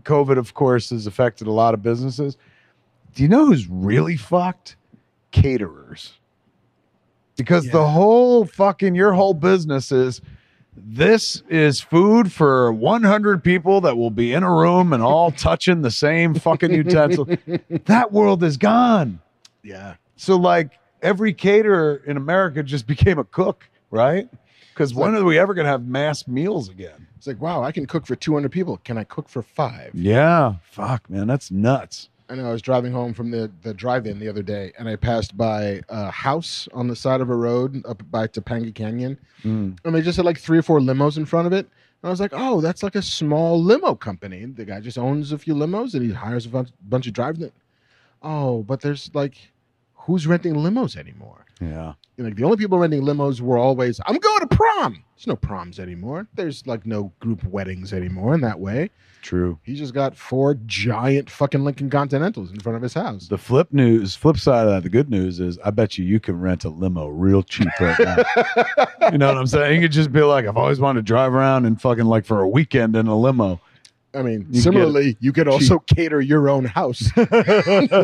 S1: COVID, of course, has affected a lot of businesses. Do you know who's really fucked? Caterers. Because the whole fucking, your whole business is this is food for 100 people that will be in a room and all touching the same fucking utensil. that world is gone.
S2: yeah.
S1: So like every caterer in America just became a cook, right? Because when are we ever going to have mass meals again?
S2: It's like, wow, I can cook for 200 people. Can I cook for five?
S1: Yeah, fuck, man, that's nuts.
S2: I know I was driving home from the, the drive in the other day and I passed by a house on the side of a road up by Topanga Canyon.
S1: Mm.
S2: And they just had like three or four limos in front of it. And I was like, oh, that's like a small limo company. The guy just owns a few limos and he hires a bunch, bunch of drivers. Oh, but there's like, who's renting limos anymore?
S1: Yeah,
S2: And, like the only people renting limos were always, I'm going to prom. There's no proms anymore. There's like no group weddings anymore in that way.
S1: true.
S2: He just got four giant fucking Lincoln Continentals in front of his house.
S1: The flip news, flip side of that, the good news is I bet you you can rent a limo real cheap right now. you know what I'm saying? You could just be like, I've always wanted to drive around and fucking like for a weekend in a limo.
S2: I mean,
S1: You
S2: similarly, you could also cater your own house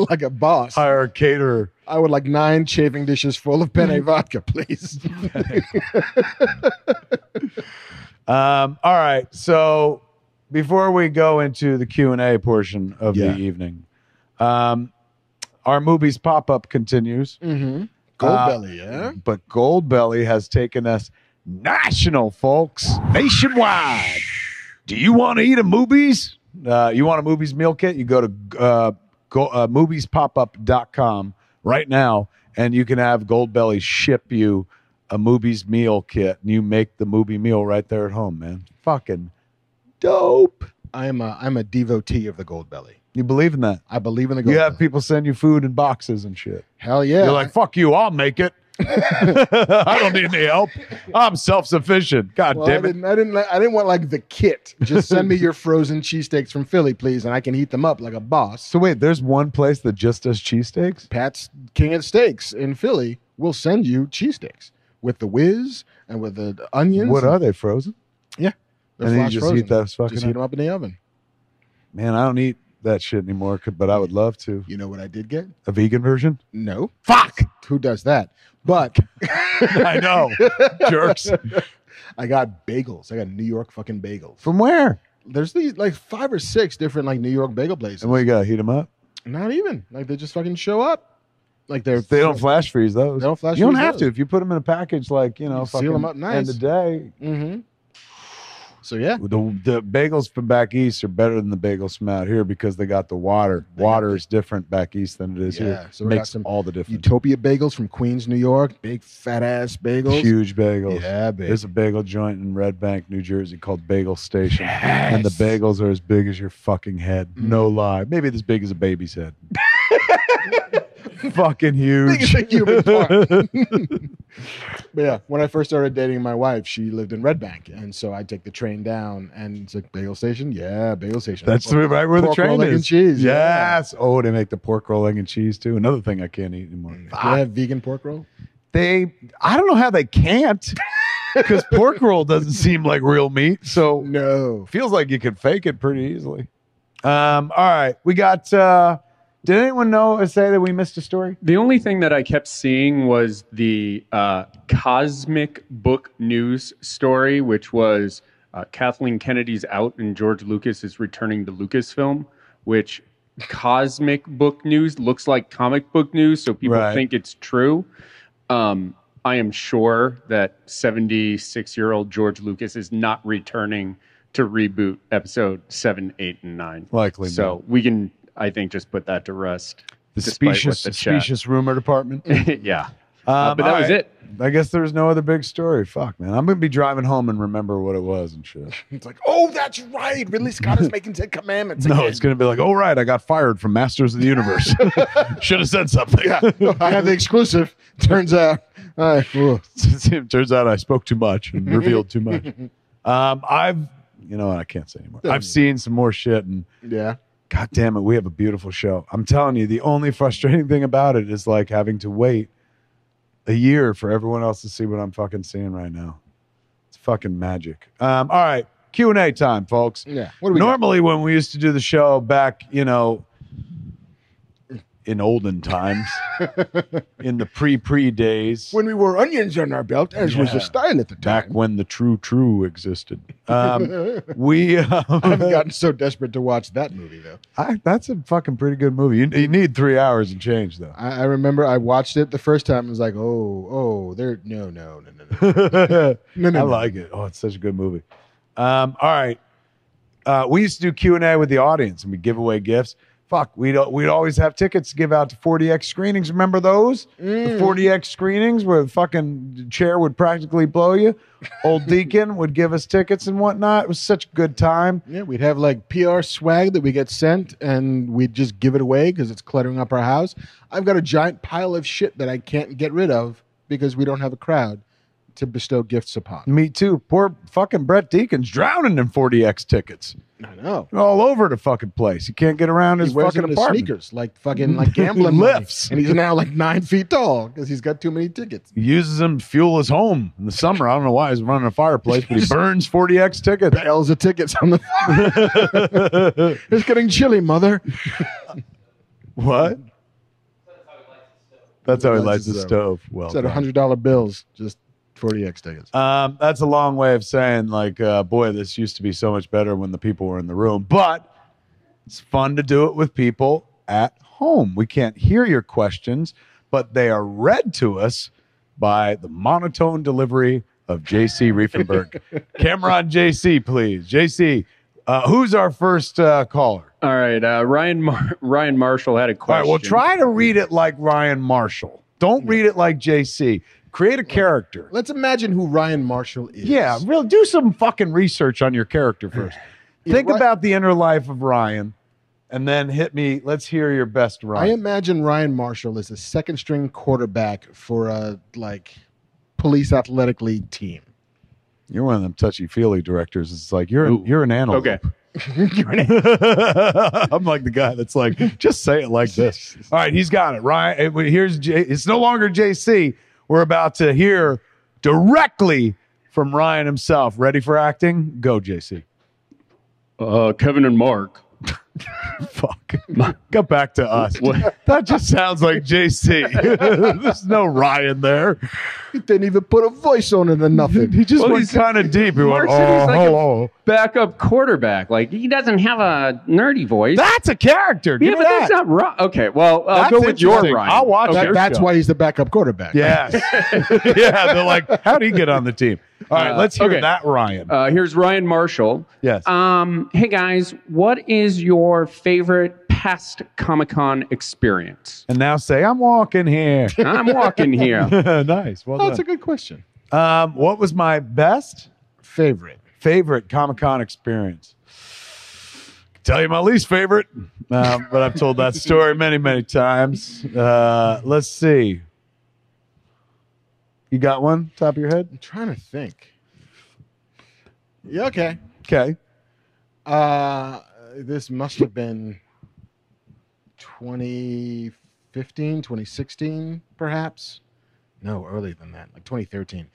S2: like a boss. I,
S1: Hire a caterer.
S2: would like nine chafing dishes full of penne vodka, please.
S1: Um, all right. So before we go into the Q and A portion of
S2: Yeah.
S1: the evening, um, our movies pop up continues,
S2: Mm-hmm.
S1: Uh,
S2: Goldbelly, yeah.
S1: but Goldbelly has taken us national, folks, nationwide. Do you want to eat a movies? Uh, you want a movies meal kit? You go to uh, go, uh, moviespopup.com right now, and you can have Goldbelly ship you a movies meal kit, and you make the movie meal right there at home, man. Fucking dope.
S2: I'm a I'm a devotee of the Goldbelly.
S1: You believe in that?
S2: I believe in the Goldbelly.
S1: You have people send you food in boxes and shit.
S2: Hell yeah!
S1: You're like, fuck you, I'll make it. I don't need any help. I'm self sufficient. God
S2: well, I
S1: damn it.
S2: didn't, I didn't, li- I didn't want like the kit. Just send me your frozen cheesesteaks from Philly, please, and I can heat them up like a boss.
S1: So wait, there's one place that just does cheesesteaks?
S2: Pat's King of Steaks in Philly will send you cheesesteaks with the whiz and with the onions.
S1: What
S2: and
S1: are they frozen?
S2: they're
S1: and then you
S2: flash
S1: just
S2: frozen.
S1: eat those fucking
S2: Just heat them up in the oven.
S1: Man, I don't eat that shit anymore, could- but I would love to.
S2: You know what I did get?
S1: A vegan version?
S2: No.
S1: Fuck!
S2: Who does that? But
S1: I know. Jerks.
S2: I got bagels. I got New York fucking bagels.
S1: From where?
S2: There's these like five or six different like New York bagel places.
S1: And we got to heat them up.
S2: Not even like they just fucking show up. Like they're
S1: They don't flash freeze those.
S2: They don't flash
S1: you don't
S2: freeze
S1: have to.
S2: those.
S1: If you put them in a package, like, you know,
S2: You seal
S1: fucking
S2: 'em up nice.
S1: end of day,
S2: Mm-hmm. So yeah,
S1: the, the bagels from back east are better than the bagels from out here because they got the water.
S2: They got
S1: water
S2: the-
S1: is different back east than it is here.
S2: Yeah, so we got
S1: Makes
S2: some
S1: all the difference.
S2: Utopia bagels from Queens, New York. Big fat ass bagels.
S1: Huge bagels.
S2: Yeah, big.
S1: There's a bagel joint in Red Bank, New Jersey called Bagel Station. And the bagels are as big as your fucking head.
S2: Mm.
S1: No lie. Maybe as big as a baby's head. fucking
S2: Big as
S1: huge.
S2: a human part. But yeah, when I first started dating my wife, she lived in Red Bank, and so I take the train down, and it's like bagel station. Yeah, bagel station.
S1: That's
S2: Pork-
S1: the, right where the
S2: pork
S1: train
S2: roll, egg
S1: is.
S2: and cheese. yeah.
S1: Yes. Oh, they make the pork roll, egg, and cheese too. Another thing I can't eat anymore.
S2: Do I have vegan pork roll?
S1: They, I don't know how they can't because pork roll doesn't seem like real meat. So
S2: No.
S1: feels like you could fake it pretty easily. Um, all right, we got. Uh, did anyone know uh, say that we missed a story?
S3: The only thing that I kept seeing was the uh, cosmic book news story, which was uh, Kathleen Kennedy's out and George Lucas is returning to Lucasfilm, which cosmic book news looks like comic book news, so people
S1: Right.
S3: think it's true. Um, I am sure that 76 year old George Lucas is not returning to reboot episode 7, 8, and 9.
S1: Likely
S3: so
S1: not.
S3: we can, I think, just put that to rest.
S1: The
S3: despite what
S1: specious,
S3: the chat-
S1: specious rumor department. Um,
S3: yeah. Uh, but that
S1: all
S3: was
S1: right.
S3: it.
S1: I guess there was no other big story. Fuck, man, I'm gonna be driving home and remember what it was and shit.
S2: It's like, oh, that's right. Ridley Scott is making Ten Commandments.
S1: no,
S2: again.
S1: it's gonna be like, oh right, I got fired from Masters of the Universe. Should have said something.
S2: yeah, I have the exclusive. Turns out, uh, ugh.
S1: it turns out I spoke too much and revealed too much. Um, I've, you know, what, I can't say anymore. I've seen some more shit and.
S2: yeah,
S1: God damn it, we have a beautiful show. I'm telling you, the only frustrating thing about it is like having to wait a year for everyone else to see what I'm fucking seeing right now. It's fucking magic. Um, all right, Q and A time, folks.
S2: yeah. What do we? got?
S1: Normally, when we used to do the show back, you know, in olden times, in the pre-pre days,
S2: when we wore onions on our belt, as was the
S1: Yeah.
S2: style at the
S1: back
S2: time.
S1: when the true true existed, um, we um,
S2: I haven't gotten so desperate to watch that movie though.
S1: I, that's a fucking pretty good movie. You, you need three hours and change though.
S2: I, I remember I watched it the first time. I was like, oh, oh, there, no, no, no, no, no,
S1: I
S2: no, no. no.
S1: like it. Oh, it's such a good movie. Um, all right, uh, we used to do Q and A with the audience, and we give away gifts. Fuck, we'd al- we'd always have tickets to give out to 40x screenings. Remember those?
S2: Mm.
S1: The 40x screenings where the fucking chair would practically blow you. Old Deacon would give us tickets and whatnot. It was such a good time.
S2: Yeah, we'd have like PR swag that we get sent, and we'd just give it away because it's cluttering up our house. I've got a giant pile of shit that I can't get rid of because we don't have a crowd to bestow gifts upon.
S1: Me too. Poor fucking Brett Deacon's drowning in 40x tickets.
S2: I know.
S1: All over the fucking place. He can't get around his
S2: He wears
S1: fucking
S2: it in his
S1: apartment.
S2: sneakers, like fucking like gambling money.
S1: Lifts.
S2: and he's now like nine feet tall because he's got too many tickets.
S1: He uses them to fuel his home in the summer. I don't know why he's running a fireplace, but he burns 40x tickets.
S2: L's of tickets on the. it's getting chilly, mother.
S1: Oh, What? That's how he
S2: Lights
S1: lights
S2: his
S1: the stove.
S2: stove.
S1: Well,
S2: It's at
S1: done.
S2: hundred dollar bills, just 40X tickets.
S1: Um, that's a long way of saying, like, uh, boy, this used to be so much better when the people were in the room. But it's fun to do it with people at home. We can't hear your questions, but they are read to us by the monotone delivery of JC Riefenberg. Cameron JC, please. JC, uh, who's our first uh, caller?
S3: All right, uh, Ryan Mar- Ryan Marshall had a
S1: All
S3: question.
S1: right, well, try to read it like Ryan Marshall. Don't read it like JC. Create a character.
S2: Let's imagine who Ryan Marshall is.
S1: Yeah, real. Do some fucking research on your character first.
S2: Yeah,
S1: Think
S2: Ry-
S1: about the inner life of Ryan, and then hit me. Let's hear your best
S2: I
S1: Ryan.
S2: imagine Ryan Marshall is the second string quarterback for a like police athletic league team.
S1: You're one of them touchy feely directors. It's like you're
S3: Ooh.
S1: you're an animal.
S3: Okay.
S1: I'm like the guy that's like, just say it like this. All right, he's got it. Ryan, eh, here's J- it's no longer JC. We're about to hear directly from Ryan himself. Ready for acting? Go, JC.
S3: Uh, Kevin and Mark.
S1: Fuck. Get back to us. That just sounds like JC. There's no Ryan there.
S2: He didn't even put a voice on it or nothing.
S1: He just
S3: Well,
S1: went
S3: he's-
S1: kind of deep. He went,
S3: Mark said he's
S1: oh,
S3: like a-
S1: hello.
S3: Backup quarterback. Like he doesn't have a nerdy voice.
S1: That's a character.
S3: yeah,
S1: Give
S3: but
S1: me that.
S3: that's not right. Okay, well, I'll
S1: That's
S3: go with your
S1: interesting.
S3: Ryan.
S1: I'll watch
S3: Okay.
S1: that.
S2: That's
S1: show.
S2: why he's the backup quarterback.
S1: Yes. yeah. They're like, how do you get on the team? All right,
S3: Uh,
S1: let's hear
S3: okay.
S1: that, Ryan.
S3: Uh, here's Ryan Marshall.
S1: yes.
S3: Um, hey guys, what is your favorite past Comic Con experience?
S1: and now say, I'm walking here.
S3: I'm walking here.
S1: nice. Well
S2: Oh, that's a
S1: done.
S2: good question.
S1: um, what was my best
S2: Favorite.
S1: favorite Comic Con experience? Tell you my least favorite, um, but I've told that story many, many times. Uh, let's see. You got one top of your head?
S2: I'm trying to think. Yeah, okay.
S1: Okay.
S2: Uh, this must have been 2015, 2016, perhaps. No, earlier than that, like 2013.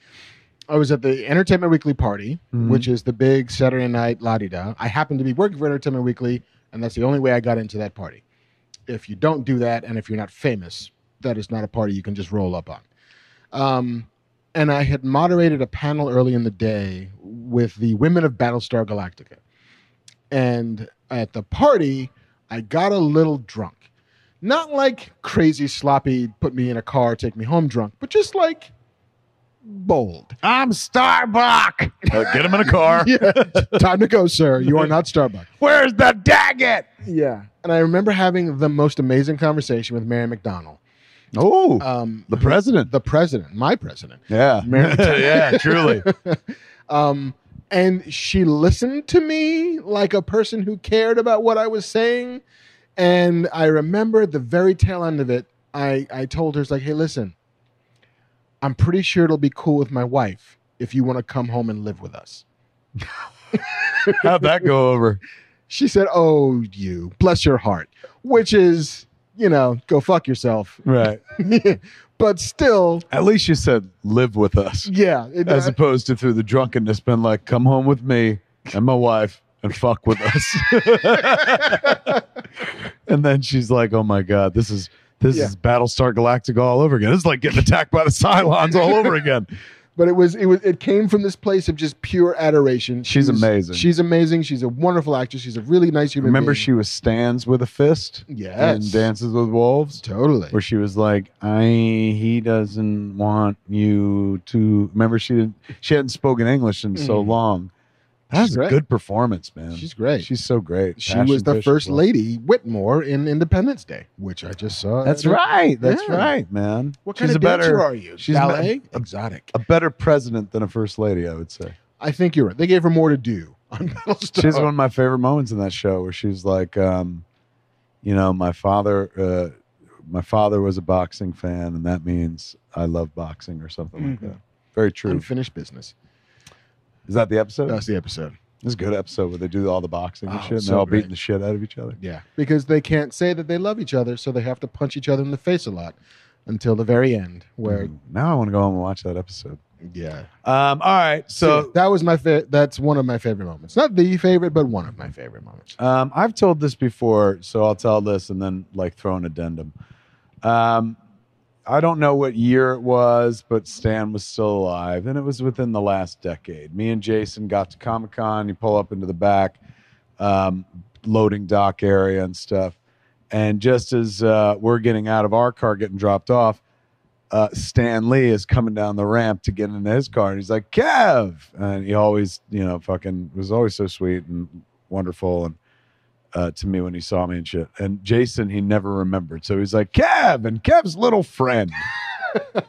S2: I was at the Entertainment Weekly party,
S1: Mhm.
S2: which is the big Saturday night la di da. I happened to be working for Entertainment Weekly, and that's the only way I got into that party. If you don't do that, and if you're not famous, that is not a party you can just roll up on. Um, and I had moderated a panel early in the day with the women of Battlestar Galactica and at the party i got a little drunk not like crazy sloppy put me in a car take me home drunk but just like bold
S1: I'm Starbuck. Uh, get him in a car.
S2: yeah time to go sir you are not starbucks
S1: Where's the Daggett?
S2: yeah and i remember having the most amazing conversation with mary mcdonald
S1: Oh,
S2: um,
S1: the president.
S2: the president my president
S1: yeah. yeah, truly.
S2: um, and she listened to me like a person who cared about what I was saying. And I remember at the very tail end of it, I, I told her, it's like, hey, listen, I'm pretty sure it'll be cool with my wife if you want to come home and live with us.
S1: How'd that go over?
S2: She said, oh, you, bless your heart, which is, you know, go fuck yourself.
S1: Right.
S2: but still,
S1: At least you said live with us,
S2: yeah. It,
S1: as opposed to through the drunkenness, been like, come home with me and my wife and fuck with us. and then she's like, oh my God, this is. This
S2: Yeah.
S1: is Battlestar Galactica all over again. This is like getting attacked by the Cylons all over again.
S2: but it was it was it came from this place of just pure adoration.
S1: She's amazing.
S2: She's amazing. She's a wonderful actress. She's a really nice human.
S1: Remember,
S2: being.
S1: she was stands with a fist
S2: Yes.
S1: and dances with wolves.
S2: totally.
S1: where she was like, "I he doesn't want you to." Remember, she didn't, she hadn't spoken English in so
S2: Mhm.
S1: long. That was
S2: She's
S1: a
S2: great.
S1: good performance, man.
S2: She's great.
S1: She's so great.
S2: she
S1: Passion
S2: was the
S1: Fish
S2: first
S1: as well.
S2: lady Whitmore in Independence Day, which I just saw.
S1: That's
S2: at-
S1: right. That's
S2: Yeah.
S1: right, man.
S2: What
S1: She's
S2: kind of
S1: a better,
S2: dancer are you?
S1: she's
S2: ballet,
S1: a-
S2: exotic.
S1: A better president than a first lady, I would say.
S2: I think you're right. They gave her more to do on Battlestar.
S1: She's one of my favorite moments in that show where she's like, um, you know, my father, uh, my father was a boxing fan, and that means I love boxing or something like
S2: Mm-hmm.
S1: that. Very true.
S2: Unfinished business.
S1: Is that the episode?
S2: That's the episode.
S1: This is a good episode where they do all the boxing and
S2: Oh,
S1: shit, and
S2: so
S1: they're all
S2: great.
S1: beating the shit out of each other.
S2: Yeah, because they can't say that they love each other, so they have to punch each other in the face a lot until the very end, where
S1: Ooh, Mm-hmm. now I want to go home and watch that episode.
S2: yeah,
S1: Um, all right,
S2: So
S1: so
S2: that was my fa- that's one of my favorite moments. Not the favorite, but one of my favorite moments.
S1: um, I've told this before, so I'll tell this and then like throw an addendum. Um, I don't know what year it was, but Stan was still alive, and it was within the last decade. Me and Jason got to Comic Con. You pull up into the back um, loading dock area and stuff, and just as uh, we're getting out of our car, getting dropped off, uh, Stan Lee is coming down the ramp to get into his car, and he's like, "Kev," and he always, you know, fucking was always so sweet and wonderful, and uh, to me when he saw me and shit. And Jason, he never remembered, so he's like, "Kev," and Kev's little friend.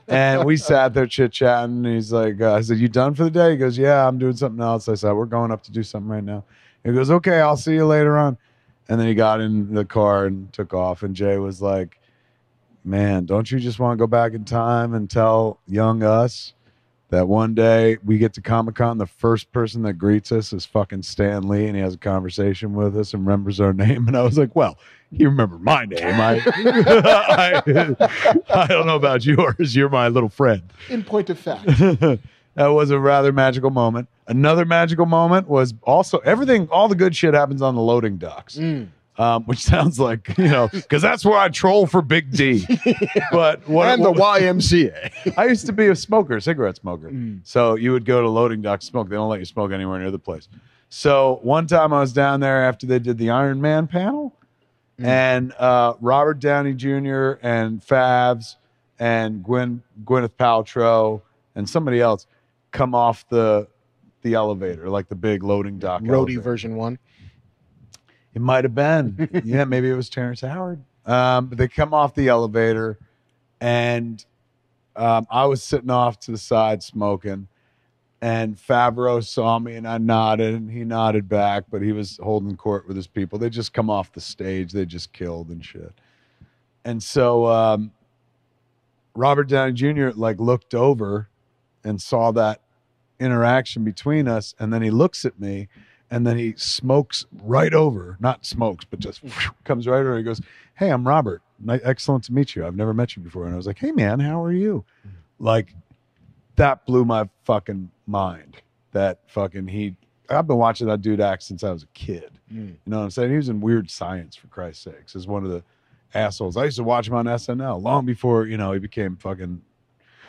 S1: and we sat there chit chatting. And he's like, uh, I said, You done for the day? He goes, Yeah, I'm doing something else. I said, We're going up to do something right now. He goes, Okay, I'll see you later on. And then he got in the car and took off. And Jay was like, Man, don't you just want to go back in time and tell young us that one day we get to Comic Con, the first person that greets us is fucking Stan Lee, and he has a conversation with us and remembers our name. And I was like, Well, you remember my name. I, I, I don't know about yours. You're my little friend.
S2: In point of fact,
S1: that was a rather magical moment. Another magical moment was also everything, all the good shit happens on the loading docks,
S2: Mm.
S1: um, which sounds like, you know, because that's where I troll for Big D. But what,
S2: and the YMCA.
S1: I used to be a smoker, cigarette smoker. So you would go to loading dock to smoke. They don't let you smoke anywhere near the place. So one time I was down there after they did the Iron Man panel, and uh, Robert Downey Jr. and Favs and Gwen Gwyneth Paltrow and somebody else come off the the elevator, like the big loading dock.
S2: Roadie
S1: elevator.
S2: version one.
S1: It might have been. yeah, maybe it was Terrence Howard. Um, but they come off the elevator, and um, I was sitting off to the side smoking, and Fabro saw me, and I nodded, and he nodded back, but he was holding court with his people. They just come off the stage. They just killed and shit. And so um, Robert Downey Jr. like looked over and saw that interaction between us, and then he looks at me and then he smokes right over, not smokes, but just comes right over. He goes, Hey, I'm Robert. Ni- Excellent to meet you. I've never met you before. And I was like, Hey, man, how are you? Like, that blew my fucking mind. That fucking he, I've been watching that dude act since I was a kid.
S2: Mm.
S1: You know what I'm saying? He was in Weird Science, for Christ's sakes, is one of the assholes. I used to watch him on SNL long before, you know, he became fucking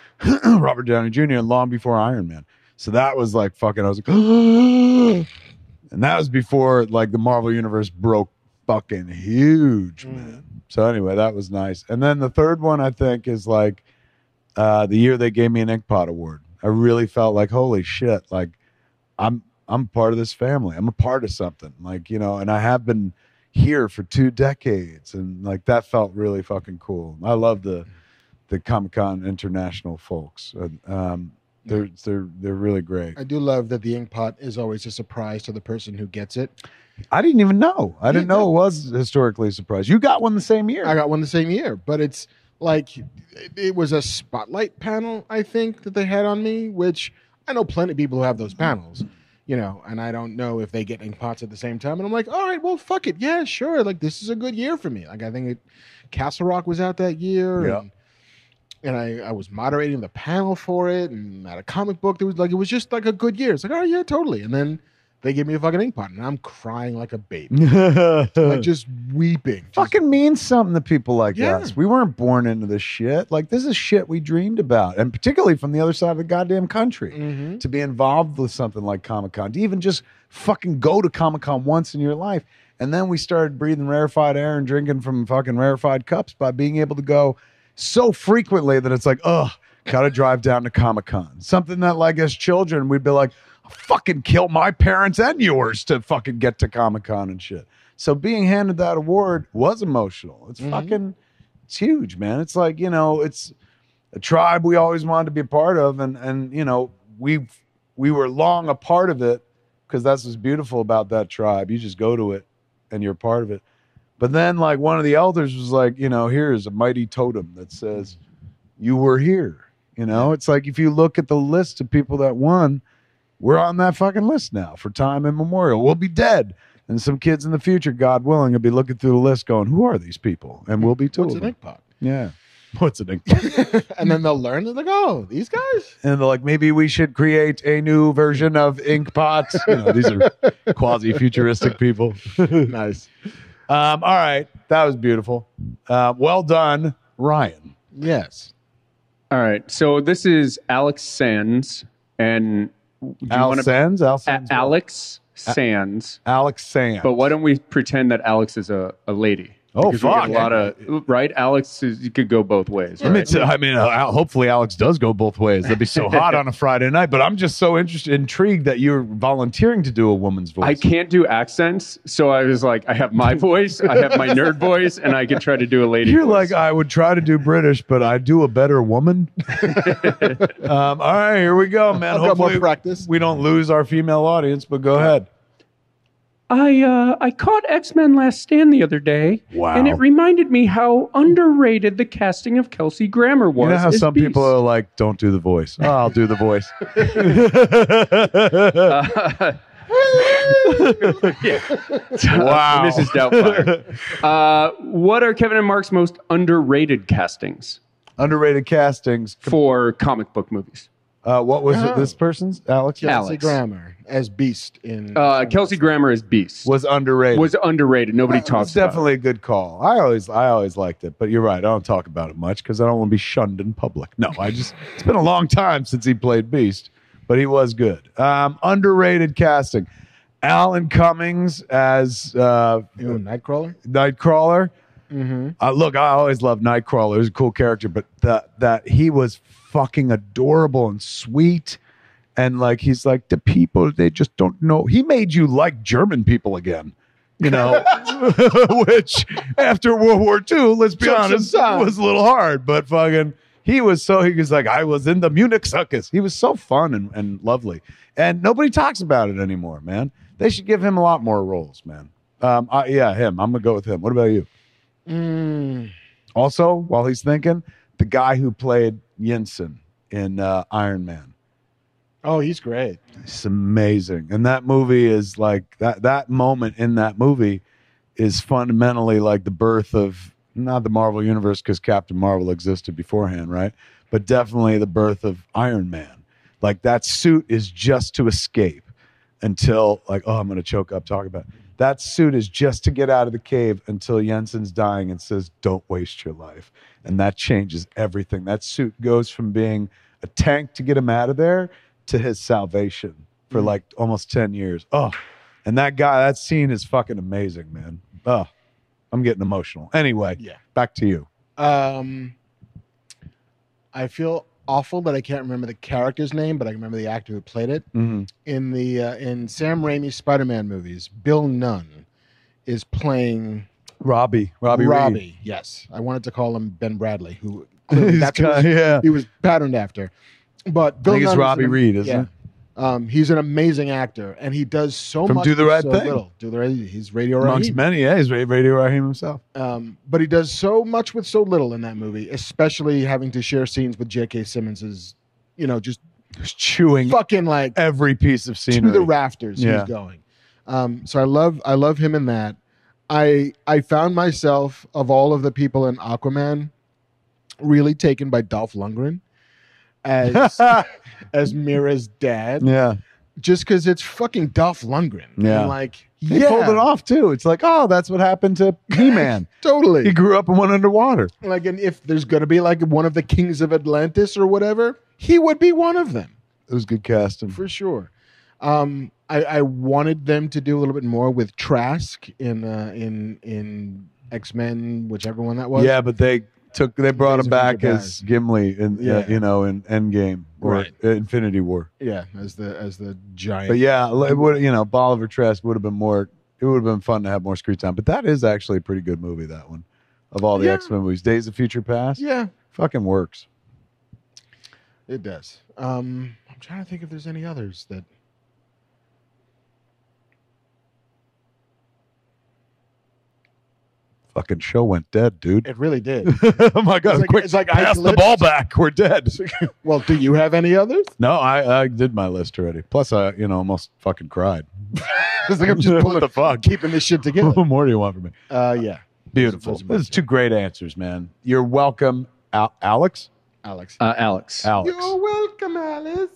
S1: Robert Downey Jr. and long before Iron Man. So that was like fucking, I was like, and that was before like the Marvel universe broke fucking huge, man. So anyway, that was nice. And then the third one I think is like uh, the year they gave me an Inkpot Award. I really felt like holy shit, like I'm I'm part of this family. I'm a part of something, like you know. And I have been here for two decades, and like that felt really fucking cool. I love the the Comic Con international folks. And, um, they're they're they're really great.
S2: I do love that the ink pot is always a surprise to the person who gets it.
S1: I didn't even know. I didn't know it was historically a surprise. You got one the same year.
S2: I got one the same year, but it's like it- it was a spotlight panel, I think, that they had on me, which I know plenty of people who have those panels, you know, and I don't know if they get ink pots at the same time. And I'm like, all right, well, fuck it. Yeah, sure. Like, this is a good year for me. Like, I think it, Castle Rock was out that year.
S1: Yeah.
S2: And, and I, I was moderating the panel for it and at a comic book that was like, it was just like a good year. It's like, oh, yeah, totally. And then they gave me a fucking ink pot and I'm crying like a baby, like just weeping. just-
S1: fucking means something to people like
S2: Yeah.
S1: us. We weren't born into this shit. Like this is shit we dreamed about, and particularly from the other side of the goddamn country.
S2: Mhm.
S1: To be involved with something like Comic Con, to even just fucking go to Comic Con once in your life. And then we started breathing rarefied air and drinking from fucking rarefied cups by being able to go so frequently that it's like, ugh, gotta drive down to Comic Con. Something that, like, as children, we'd be like, "I'll fucking kill my parents and yours to fucking get to Comic Con and shit. So being handed that award was emotional. It's fucking, it's huge, man. It's like, you know, it's a tribe we always wanted to be a part of. And, and you know, we we were long a part of it because that's what's beautiful about that tribe. You just go to it and you're a part of it. But then, like, one of the elders was like, you know, here is a mighty totem that says, you were here. You know, it's like if you look at the list of people that won, we're on that fucking list now for time immemorial. We'll be dead. And some kids in the future, God willing, will be looking through the list going, who are these people? And we'll be too.
S2: What's an ink pot?
S1: Yeah. What's an
S2: and then they'll learn. They're like, oh, these guys.
S1: and they're like, maybe we should create a new version of ink pots. You know, these are quasi futuristic people. um,
S2: Nice.
S1: all right, that was beautiful. Uh, well done, Ryan.
S2: Yes.
S3: All right. So this is Alex Sands and do you
S1: Al
S3: wanna-
S1: Sands? Al
S3: A-
S1: Sands?
S3: Alex Sands.
S1: Alex Sands.
S3: But why don't we pretend that Alex is a, a lady?
S1: Oh,
S3: Because we get
S1: fuck.
S3: A lot of right. Alex is, you could go both ways.
S1: Let me
S3: right?
S1: tell- I mean, uh, Al- hopefully Alex does go both ways. That'd be so hot on a Friday night. But I'm just so interested, intrigued that you're volunteering to do a woman's voice.
S3: I can't do accents, so I was like, I have my voice, I have my nerd voice, and I could try to do a lady.
S1: You're
S3: voice.
S1: like, I would try to do British, but I do a better woman. um, all right, here we go, man.
S2: I've got more
S1: Hopefully,
S2: practice.
S1: we don't lose our female audience, but go ahead.
S3: I uh, I caught X Men Last Stand the other day,
S1: Wow.
S3: and it reminded me how underrated the casting of Kelsey Grammer was.
S1: You know how
S3: as
S1: some
S3: Beast.
S1: people are like, don't do the voice. Oh, I'll do the voice.
S3: yeah.
S1: Wow.
S3: Mrs. Doubtfire. Uh, what are Kevin and Mark's most underrated castings
S1: Underrated castings.
S3: for comic book movies?
S1: Uh, what was it? This person's Alex
S3: Yeah.
S2: Kelsey
S3: Alex.
S2: Grammer as Beast in
S3: Uh, Kelsey Grammer as Beast was,
S1: was underrated.
S3: underrated. Nobody talks
S1: It's
S3: about it.
S1: definitely a good call. I always I always liked it, but you're right. I don't talk about it much because I don't want to be shunned in public. No, I just it's been a long time since he played Beast, but he was good. Um, underrated casting. Alan Cummings as uh,
S2: you know, Nightcrawler.
S1: Nightcrawler.
S2: Mm-hmm.
S1: Uh, look, I always loved Nightcrawler. He was a cool character, but that that he was fucking adorable and sweet, and like he's like the people they just don't know. He made you like German people again, you know, which after World War II, let's be
S2: Took some
S1: honest,
S2: time.
S1: was a little hard. But fucking, he was so he was like I was in the Munich circus. He was so fun and, and lovely, and nobody talks about it anymore, man. They should give him a lot more roles, man. Um, I, yeah, him. I'm gonna go with him. What about you?
S2: Mm.
S1: Also, while he's thinking, the guy who played Jensen in uh, Iron Man.
S2: Oh, he's great.
S1: It's amazing. And that movie is like that that moment in that movie is fundamentally like the birth of not the Marvel universe cuz Captain Marvel existed beforehand, right? But definitely the birth of Iron Man. Like that suit is just to escape until like oh, I'm going to choke up talking about. It. That suit is just to get out of the cave until Jensen's dying and says, "Don't waste your life." And that changes everything. That suit goes from being a tank to get him out of there to his salvation
S2: Mm.
S1: for like almost 10 years. Oh, and that guy, that scene is fucking amazing, man. Oh, I'm getting emotional. Anyway,
S2: Yeah.
S1: back to you.
S2: Um, I feel awful that I can't remember the character's name, but I can remember the actor who played it in the uh, in Sam Raimi's Spider-Man movies. Bill Nunn is playing
S1: Robbie, Robbie,
S2: Robbie.
S1: Reed.
S2: Yes, I wanted to call him Ben Bradley, who clearly
S1: He's
S2: that's
S1: got-
S2: what he was-
S1: yeah.
S2: he was patterned after. But Bill
S1: think it's
S2: Nunn is
S1: Robbie
S2: an-
S1: Reed, isn't it?
S2: Um, he's an amazing actor, and he does so
S1: From
S2: much.
S1: Do the
S2: with
S1: Right
S2: so
S1: Thing.
S2: Little. Do the right. He's Radio
S1: Amongst
S2: Raheem.
S1: many, yeah, he's Ra- Radio Raheem himself.
S2: Um, but he does so much with so little in that movie, especially having to share scenes with J.K. Simmons's, you know, just
S1: He's chewing
S2: fucking like
S1: every piece of scenery.
S2: to the rafters
S1: Yeah.
S2: he's going. Um, so I love I love him in that. I I found myself of all of the people in Aquaman, really taken by Dolph Lundgren as as Mira's dad,
S1: yeah,
S2: just because it's fucking Dolph Lundgren.
S1: Yeah.
S2: and like
S1: he
S2: yeah,
S1: pulled it off too. It's like, oh, that's what happened to He-Man.
S2: totally.
S1: he grew up and went underwater.
S2: like and if there's gonna be like one of the kings of Atlantis or whatever, he would be one of them
S1: It was good casting.
S2: for sure. Um, I, I wanted them to do a little bit more with Trask in uh, in in X Men, whichever one that was.
S1: Yeah, but they took they brought
S2: Things
S1: him
S2: are gonna
S1: back
S2: die.
S1: as Gimli in yeah.
S2: Yeah.
S1: you know in Endgame or
S2: Right.
S1: Infinity War.
S2: yeah, as the as the giant.
S1: But yeah, it would you know Bolivar Trask would have been more. It would have been fun to have more screen time. But that is actually a pretty good movie. That one of all the
S2: Yeah.
S1: X Men movies, Days of Future Past,
S2: yeah,
S1: fucking works.
S2: it does. Um, I'm trying to think if there's any others that.
S1: Fucking show went dead, dude.
S2: It really did.
S1: oh my god!
S2: It's like-
S1: quick,
S2: it's like I
S1: pass the
S2: glitched.
S1: ball back. We're dead.
S2: well, do you have any others?
S1: no, I, I did my list already. Plus, I you know almost fucking cried.
S2: It's like I'm just
S1: what
S2: pulling,
S1: the fuck?
S2: keeping this shit together.
S1: What more do you want from me?
S2: Uh, yeah,
S1: Beautiful.
S2: Those are my
S1: Those are two great answers, man. You're welcome, Al- Alex.
S2: Alex.
S3: Uh, Alex.
S1: Alex.
S2: You're welcome, Alice.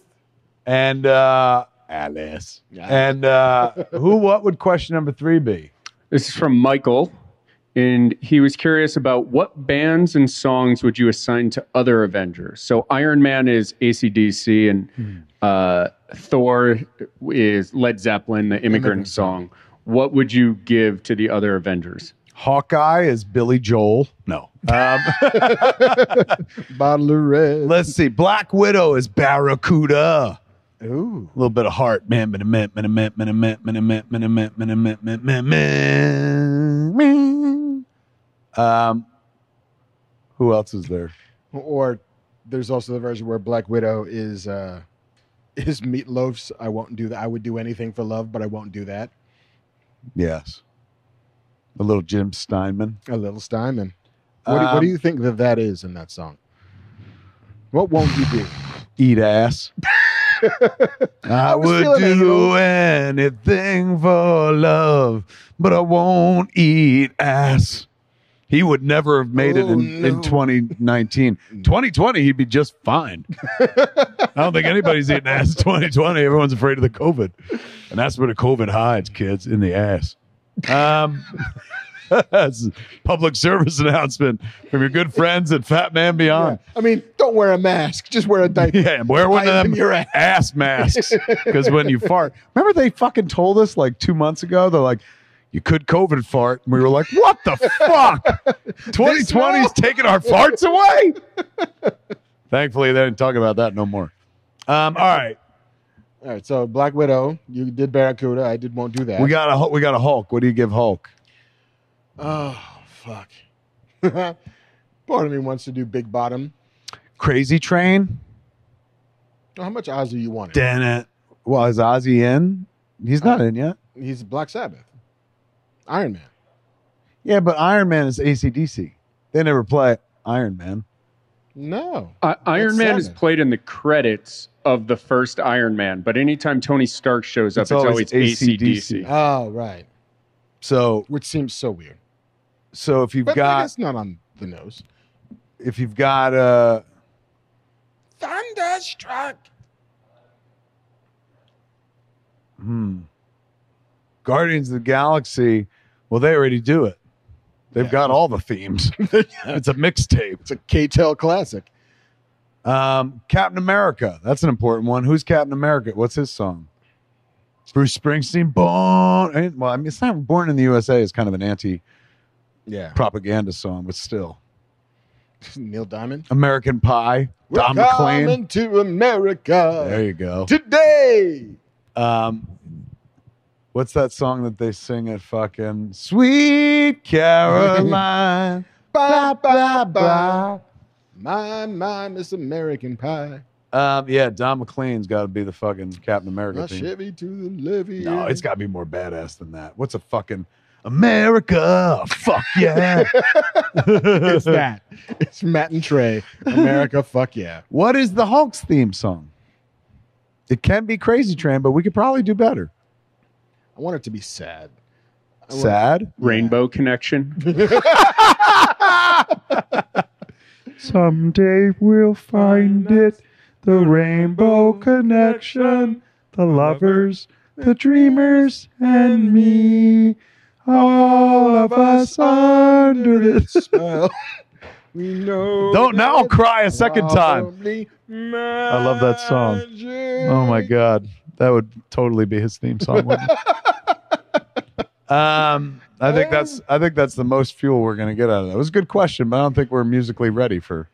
S1: and uh Alice.
S2: Yeah.
S1: And uh who what would question number three be?
S3: This is from Michael. and he was curious about what bands and songs would you assign to other Avengers. So Iron Man is ACDC, and uh, Thor is Led Zeppelin, the immigrant song. What would you give to the other Avengers?
S1: Hawkeye is Billy Joel. No. Um,
S2: Bottle of red.
S1: let's see. Black Widow is Barracuda.
S2: Ooh.
S1: A little bit of heart, man. Man, man, man, man, man, man, man, man, man, man, man, man, man, man, man, man. Um, who else is there?
S2: Or there's also the version where Black Widow is uh is meatloafs. I won't do that. I would do anything for love, but I won't do that.
S1: Yes, a little Jim Steinman.
S2: A little Steinman. What, do, what do
S1: Um,
S2: you think that that is in that song? What won't you do?
S1: Eat ass. I
S2: was
S1: would
S2: feeling it,
S1: do
S2: yo.
S1: anything for love, but I won't eat ass. He would never have made it
S2: Oh,
S1: in,
S2: no. Mm.
S1: in 2019. 2020, he'd be just fine. I don't think anybody's eating ass in 2020. Everyone's afraid of the COVID. And that's where the COVID hides, kids, in the ass. Um, that's a public service announcement from your good friends at Fat Man Beyond.
S2: I mean, don't wear a mask. Just wear a diaper.
S1: Yeah, and wear one of
S2: Hide
S1: them
S2: in your ass.
S1: masks because when you fart, remember they fucking told us like two months ago. They're like, you could COVID fart, and we were like, what the fuck? 2020 is taking our farts away. Thankfully, they didn't talk about that no more. Um, all right,
S2: All right. So Black Widow, you did Barracuda. I did won't do that.
S1: we got a Hul- we got a Hulk. What do you give Hulk?
S2: Oh fuck. Part of me wants to do Big Bottom.
S1: Crazy Train.
S2: How much Ozzy you want?
S1: Damn it. Well, is Ozzy in? He's not in yet.
S2: He's Black Sabbath. Iron Man.
S1: Yeah, but Iron Man is ACDC. They never play Iron Man.
S2: No.
S3: I Iron
S2: That's
S3: Man is
S2: seven.
S3: played in the credits of the first Iron Man, but anytime Tony Stark shows up,
S1: It's
S3: it's,
S1: always
S3: always,
S1: AC/DC.
S3: ACDC.
S2: Oh, right.
S1: So
S2: Which seems so weird.
S1: so if you've
S2: But
S1: got
S2: that's not on the nose.
S1: if you've got uh
S2: Thunderstruck.
S1: hmm, Guardians of the Galaxy, well they already do it. They've
S2: Yeah.
S1: got all the themes. it's a mixtape.
S2: It's a K-Tel classic.
S1: Um Captain America, that's an important one. Who's Captain America? What's his song? Bruce Springsteen, born. eh, Well, I mean, it's not born in the USA is kind of an anti-propaganda
S2: Yeah.
S1: song, but still.
S2: Neil Diamond.
S1: American Pie, Don
S2: We're
S1: McLean.
S2: coming to America
S1: There you go.
S2: today.
S1: Um, what's that song that they sing at fucking Sweet Caroline? blah,
S2: Bye,
S1: blah, blah.
S2: My, my, Miss American Pie.
S1: Um, yeah, Don McLean's got to be the fucking Captain America
S2: My
S1: theme.
S2: Chevy to the levee.
S1: No, it's got to be more badass than that. What's a fucking America? Fuck yeah!
S2: It's that. It's Matt and Trey. America, fuck yeah.
S1: What is the Hulk's theme song? It can be Crazy Train, but we could probably do better.
S2: I want it to be sad. I want-
S1: Sad.
S3: Rainbow Connection.
S1: Someday we'll find it the rainbow connection, the lovers, the dreamers, and me. All of us under this.
S2: Well, we know.
S1: Don't now I'll
S2: that
S1: cry a second time.
S2: probably
S1: I love that song. Oh my
S2: magic.
S1: God. That would totally be his theme song. wouldn't it? um, I think that's I think that's the most fuel we're gonna get out of that. It was a good question, but I don't think we're musically ready for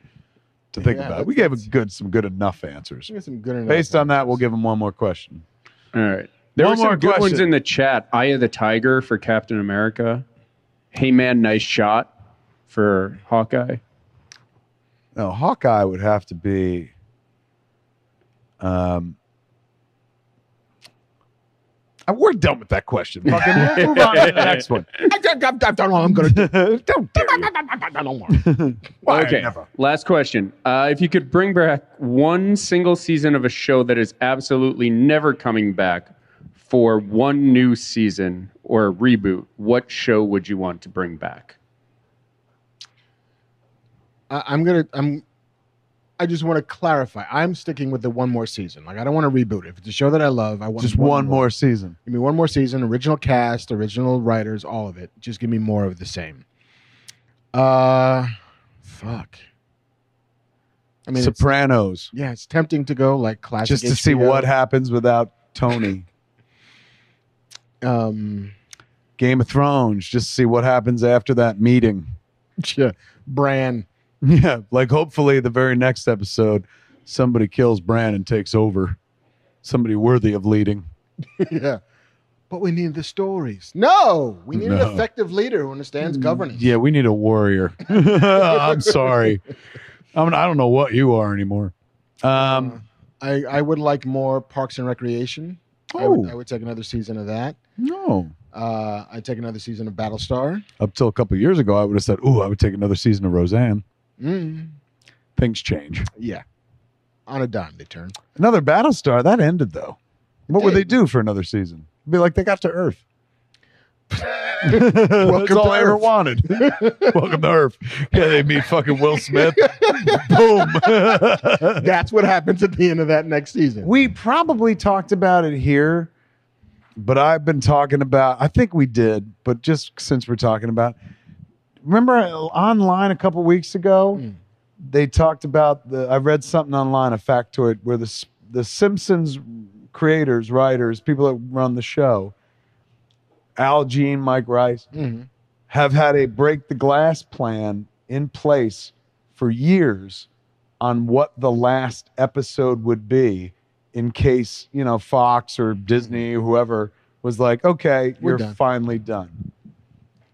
S1: to think
S2: Yeah,
S1: about it. We gave
S2: that's-
S1: a good some good enough answers.
S2: We got some good enough
S1: Based on
S2: ones.
S1: that, we'll give him one more question.
S3: All right. There
S1: One
S3: were some
S1: more
S3: good ones
S1: question.
S3: in the chat. Eye of the Tiger for Captain America. Hey Man, nice shot for Hawkeye.
S1: No, Hawkeye would have to be. Um, uh, we're done with that question. Fucking we'll move on to the next one. Uh,
S2: I don't know what I'm going to do.
S1: Don't dare you.
S2: I don't want.
S1: Why
S3: okay.
S1: never?
S3: Last question. Uh, if you could bring back one single season of a show that is absolutely never coming back for one new season or a reboot, what show would you want to bring back?
S2: I, I'm going to, I'm, I just want to clarify. I'm sticking with the one more season. Like, I don't want to reboot it. If it's a show that I love, I want
S1: Just one more season.
S2: Give me one more season, original cast, original writers, all of it. Just give me more of the same. Uh, fuck. I mean, it's,
S1: Sopranos,
S2: yeah, it's tempting to go like classic.
S1: just to see
S2: HBO.
S1: what happens without Tony.
S2: um,
S1: Game of Thrones, just to see what happens after that meeting.
S2: yeah, Bran.
S1: Yeah, like hopefully the very next episode, somebody kills Bran and takes over. Somebody worthy of leading.
S2: yeah. But we need the stories. Mm. No, we need
S1: No.
S2: an effective leader who understands governance.
S1: Yeah, we need a warrior. I'm sorry. I mean, I don't know what you are anymore. Um,
S2: I, I would like more Parks and Recreation. Uh, I, would,
S1: Oh.
S2: I would take another season of that.
S1: no.
S2: Uh, I'd take another season of Battlestar.
S1: Up till a couple of years ago, I would have said, "Ooh, I would take another season of Roseanne."
S2: Mm,
S1: Things change.
S2: yeah. On a dime, they turn.
S1: Another Battlestar that ended though. What would they
S2: did.
S1: do for another season? Be like they got to Earth. That's
S2: Welcome
S1: all
S2: to
S1: I ever
S2: Earth.
S1: wanted. Welcome to Earth. Yeah, they meet fucking Will Smith. Boom.
S2: That's what happens at the end of that next season.
S1: we probably talked about it here, but I've been talking about. I think we did, but just since we're talking about, remember online a couple weeks ago,
S2: Mm.
S1: they talked about the. I read something online, a factoid where the S- the Simpsons creators, writers, people that run the show, Al Jean, Mike Rice,
S2: Mhm.
S1: have had a break the glass plan in place for years on what the last episode would be in case, you know, Fox or Disney, whoever was like, okay,
S2: We're
S1: you're
S2: done.
S1: finally done.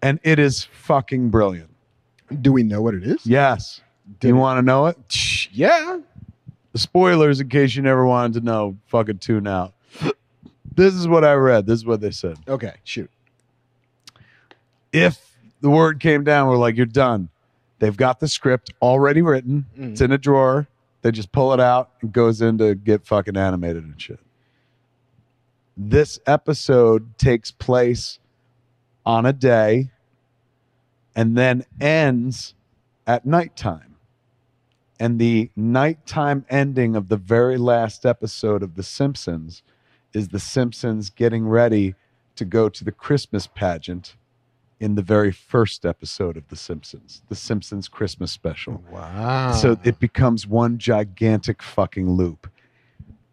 S1: And it is fucking brilliant.
S2: Do we know what it is?
S1: Yes. Do you want to know it?
S2: Yeah.
S1: Spoilers in case you never wanted to know, fucking tune out. This is what I read. This is what they said.
S2: Okay, shoot.
S1: if the word came down, we're like, you're done. They've got the script already written.
S2: Mhm.
S1: It's in a drawer. They just pull it out and goes in to get fucking animated and shit. This episode takes place on a day and then ends at nighttime. And the nighttime ending of the very last episode of The Simpsons is The Simpsons getting ready to go to the Christmas pageant in the very first episode of The Simpsons, The Simpsons Christmas special.
S2: Wow.
S1: So it becomes one gigantic fucking loop.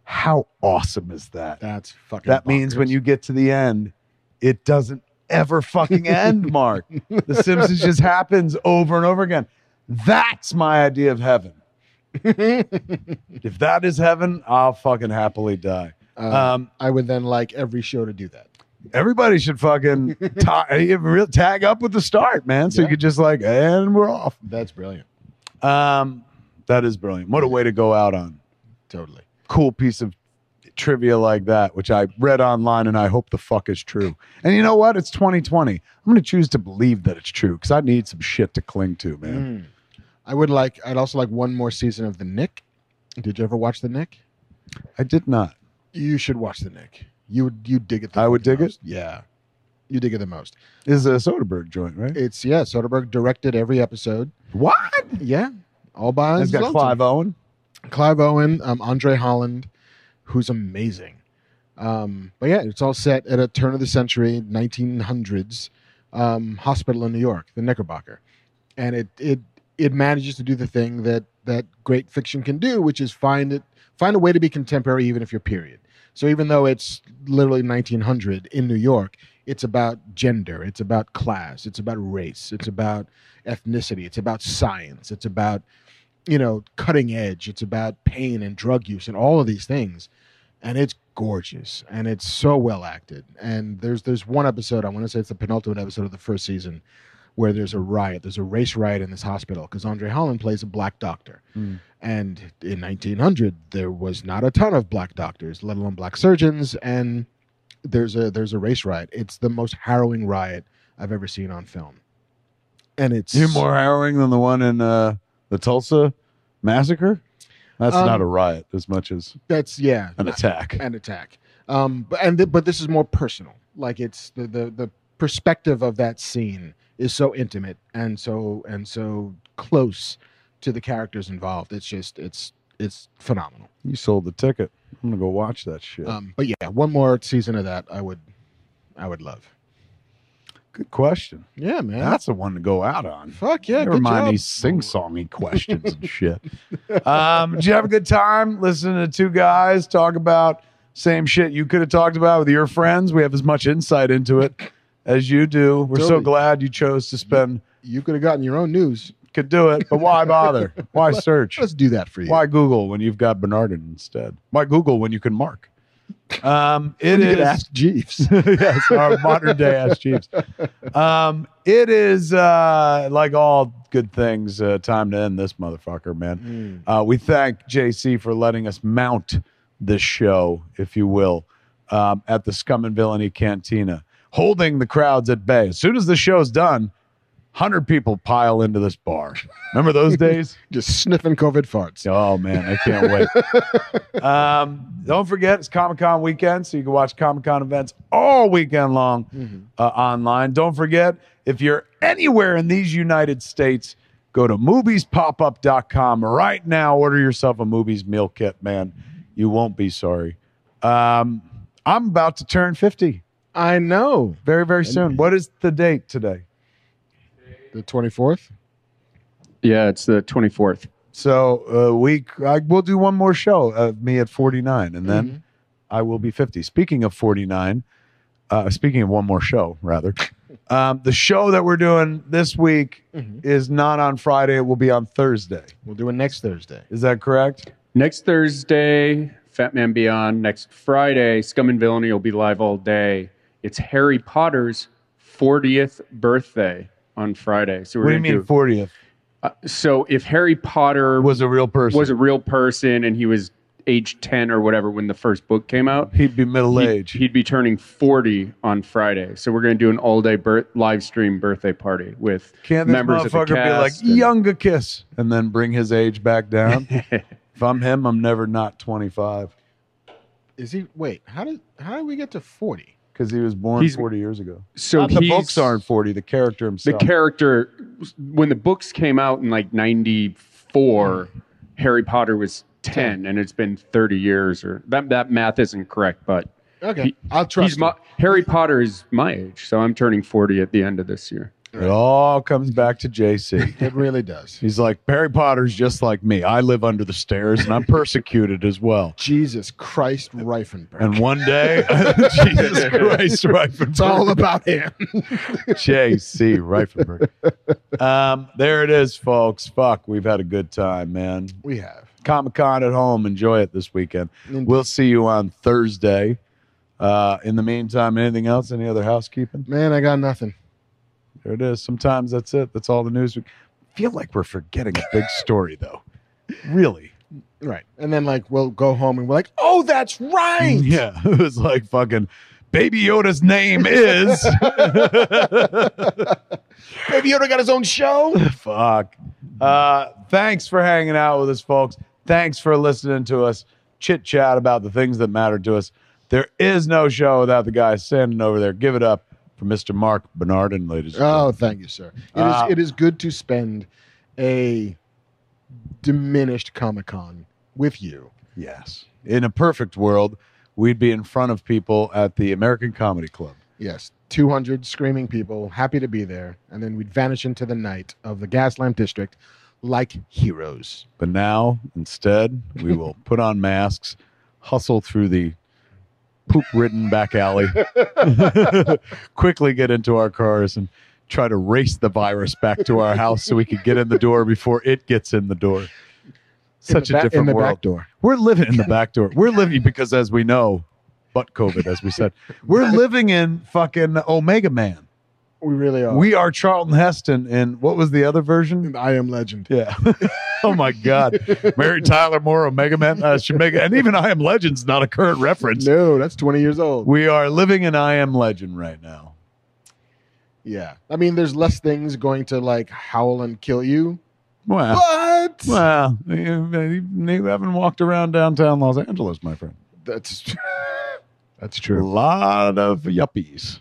S1: How awesome is that?
S2: that's fucking.
S1: That means when
S2: bonkers.
S1: you get to the end, it doesn't ever fucking end, Mark. The Simpsons just happens over and over again. That's my idea of heaven. if that is heaven, I'll fucking happily die.
S2: Uh,
S1: Um,
S2: I would then like every show to do that.
S1: everybody should fucking ta- eh, real- tag up with the start, man. So
S2: Yeah.
S1: you could just like, and we're off.
S2: That's brilliant.
S1: Um, that is brilliant. What a way to go out on.
S2: Totally.
S1: cool piece of trivia like that, which I read online and I hope the fuck is true. And you know what? It's 2020. I'm going to choose to believe that it's true because I need some shit to cling to, man.
S2: Mm. I would like. I'd also like one more season of The Nick. Did you ever watch The Nick?
S1: I did not.
S2: You should watch The Nick. You would. You dig it. The
S1: I would
S2: fucking
S1: dig it?
S2: most. Yeah. You dig it the most.
S1: This is a Soderbergh joint, right?
S2: It's yeah. Soderbergh directed every episode.
S1: What?
S2: Yeah. All by
S1: It's got
S2: himself.
S1: Clive Owen.
S2: Clive Owen, um, Andre Holland, who's amazing. Um, but yeah, it's all set at a turn of the century, 1900s um, hospital in New York, the Knickerbocker, and it it it manages to do the thing that that great fiction can do, which is find it find a way to be contemporary, even if you're period. So even though it's literally 1900 in New York, it's about gender, it's about class, it's about race, it's about ethnicity, it's about science, it's about you know, cutting edge. It's about pain and drug use and all of these things. And it's gorgeous and it's so well acted. And there's there's one episode, I want to say it's the penultimate episode of the first season, where there's a riot. There's a race riot in this hospital because Andre Holland plays a black doctor.
S1: Mm.
S2: And in 1900, there was not a ton of black doctors, let alone black surgeons. And there's a there's a race riot. It's the most harrowing riot I've ever seen on film. And it's
S1: You're more harrowing than the one in uh, the Tulsa massacre? That's
S2: Um,
S1: not a riot as much as
S2: that's yeah.
S1: an attack.
S2: and attack. Um, but and th- but this is more personal. Like it's the, the the perspective of that scene is so intimate and so and so close to the characters involved. It's just it's it's phenomenal.
S1: You sold the ticket. I'm going to go
S2: Uh,
S1: watch that shit.
S2: Um, but yeah, one more season of that I would I would love.
S1: Good question.
S2: Yeah, man.
S1: That's the one to go out on.
S2: Fuck yeah.
S1: Never
S2: good
S1: mind
S2: job.
S1: these sing-songy questions and shit. Um, did you have a good time listening to two guys talk about same shit you could have talked about with your friends? We have as much insight into it as you do. We're so
S2: Totally.
S1: glad you chose to spend
S2: You could have gotten your own news.
S1: could do it, but why bother? Why search?
S2: Let's do that for you.
S1: Why Google when you've got Bernardin instead? Why Google when you can mark? Um, it
S2: you could
S1: is
S2: ask Jeeves.
S1: yes, our modern day ass Chiefs. Um, it is uh, like all good things, uh, time to end this motherfucker, man. Uh, we thank JC for letting us mount this show, if you will, um, at the Scum and Villainy Cantina, holding the crowds at bay. As soon as the show's done, hundred people pile into this bar. Remember those days?
S2: Just sniffing COVID farts.
S1: Oh man, I can't wait. um, don't forget it's Comic Con weekend, so you can watch Comic Con events all weekend long uh, online. Don't forget if you're anywhere in these United States, go to moviespopup.com right now. Order yourself a movies meal kit, man. You won't be sorry. Um, I'm about to turn 50
S2: I know.
S1: very, very soon. What is the date today?
S2: The 24th?
S3: Yeah, it's the 24th.
S1: So uh, we I, we'll do one more show of me at 49, and
S3: Mm-hmm.
S1: then I will be 50. Speaking of 49, uh, speaking of one more show, rather, um, the show that we're doing this week
S3: Mm-hmm.
S1: is not on Friday. It will be on Thursday.
S2: We'll do it next Thursday.
S1: Is that correct?
S3: Next Thursday, Fat Man Beyond. Next Friday, Scum and Villainy will be live all day. It's Harry Potter's 40th birthday on Friday. So we're
S1: What do you
S3: gonna
S1: mean 40th?
S3: do- so if Harry Potter was
S1: Was a real person.
S3: was a real person and he was age 10 or whatever when the first book came out,
S1: He'd be middle age.
S3: He, would be turning 40 on Friday. So we're going to do an all day birth, live stream birthday party with
S1: Can't this
S3: members of the
S1: motherfucker be like
S3: cast. and-
S1: younger kiss and then bring his age back down? if I'm him, I'm never not 25
S2: Is he wait, how did how did we get to 40?
S1: because he was born
S3: He's-
S1: 40 years ago.
S3: so
S1: Not the
S3: he's-
S1: books aren't 40, the character
S3: the
S1: himself.
S3: character when the books came out in like 94 harry potter was 10 and it's been 30 years or that, that math isn't correct but
S2: Okay.
S3: He-
S2: I'll trust
S3: he's my,
S2: him.
S3: harry potter is my age so i'm turning 40 at the end of this year
S1: It all comes back to JC.
S2: It really does.
S1: He's like, Harry Potter's just like me. I live under the stairs and I'm persecuted as well.
S2: Jesus Christ Reifenberg.
S1: And one day, Jesus Christ, Reifenberg.
S2: it's all about him.
S1: JC Reifenberg. Um, there it is, folks. Fuck, we've had a good time, man.
S2: we have.
S1: Comic Con at home. Enjoy it this weekend.
S2: Indeed.
S1: We'll see you on Thursday. Uh, in the meantime, anything else? Any other housekeeping?
S2: Man, I got nothing.
S1: There it is. Sometimes that's it. That's all the news. We feel like we're forgetting a big story, though. Really.
S2: Right. And then like we'll go home and we're like, "Oh, that's right."
S1: Yeah, it was like fucking Baby Yoda's name is
S2: Baby Yoda got his own show.
S1: fuck. Uh, thanks for hanging out with us, folks. Thanks for listening to us chit chat about the things that matter to us. There is no show without the guy standing over there. Give it up for Mr. Mark Bernardin, ladies. and
S2: Oh, thank you, sir. It is
S1: Ah.
S2: it is good to spend a diminished Comic Con with you.
S1: gentlemen. yes. In a perfect world, we'd be in front of people at the American Comedy Club.
S2: Yes, two hundred screaming people, happy to be there, and then we'd vanish into the night of the Gaslamp District like heroes.
S1: But now, instead, we will put on masks, hustle through the poop ridden back alley, quickly get into our cars, and try to race the virus back to our house so we can get in the door before it gets in the door.
S2: In the
S1: Such
S2: ba-
S1: a different
S2: in the
S1: world.
S2: back door.
S1: We're living in the back door. We're living because, as we know, but COVID, as we said, we're living in fucking Omega Man.
S2: We really are.
S1: We are Charlton Heston in what was the other version?
S2: I am Legend.
S1: Yeah. oh my God. Mary Tyler Moore, Omega Man, uh, should make and even I Am Legend's not a current reference.
S2: No, that's twenty years old.
S1: We are living in I Am Legend right now.
S2: yeah, I mean, there's less things going to like howl and kill you,
S1: Wow.
S2: but
S1: Wow. You, you haven't walked around downtown Los Angeles, my friend.
S2: that's that's
S1: A
S2: true.
S1: lot of yuppies.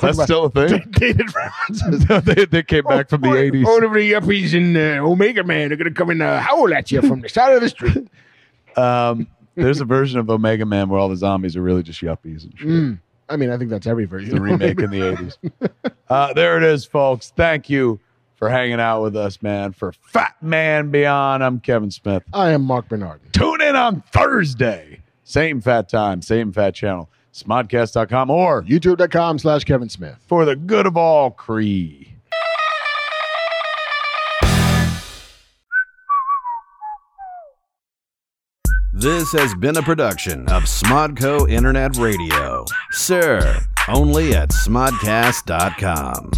S1: That's still a thing.
S2: Dated references. Oh,
S1: they, they came back from the
S2: All-
S1: 80s.
S2: All of the yuppies and uh, Omega Man are going to come and uh, howl at you from the side of the street.
S1: Um, there's a version of Omega Man where all the zombies are really just yuppies and shit.
S2: I mean, I think that's every version.
S1: the remake in the 80s. Uh, there it is, folks. Thank you for hanging out with us, man. For Fat Man Beyond, I'm Kevin Smith.
S2: I am Mark Bernard.
S1: Tune in on Thursday. Same fat time, same fat channel. Smodcast.com or
S2: YouTube.com slash Kevin Smith.
S1: for the good of all Cree.
S10: This has been a production of Smodco Internet Radio. Sir, only at smodcast.com.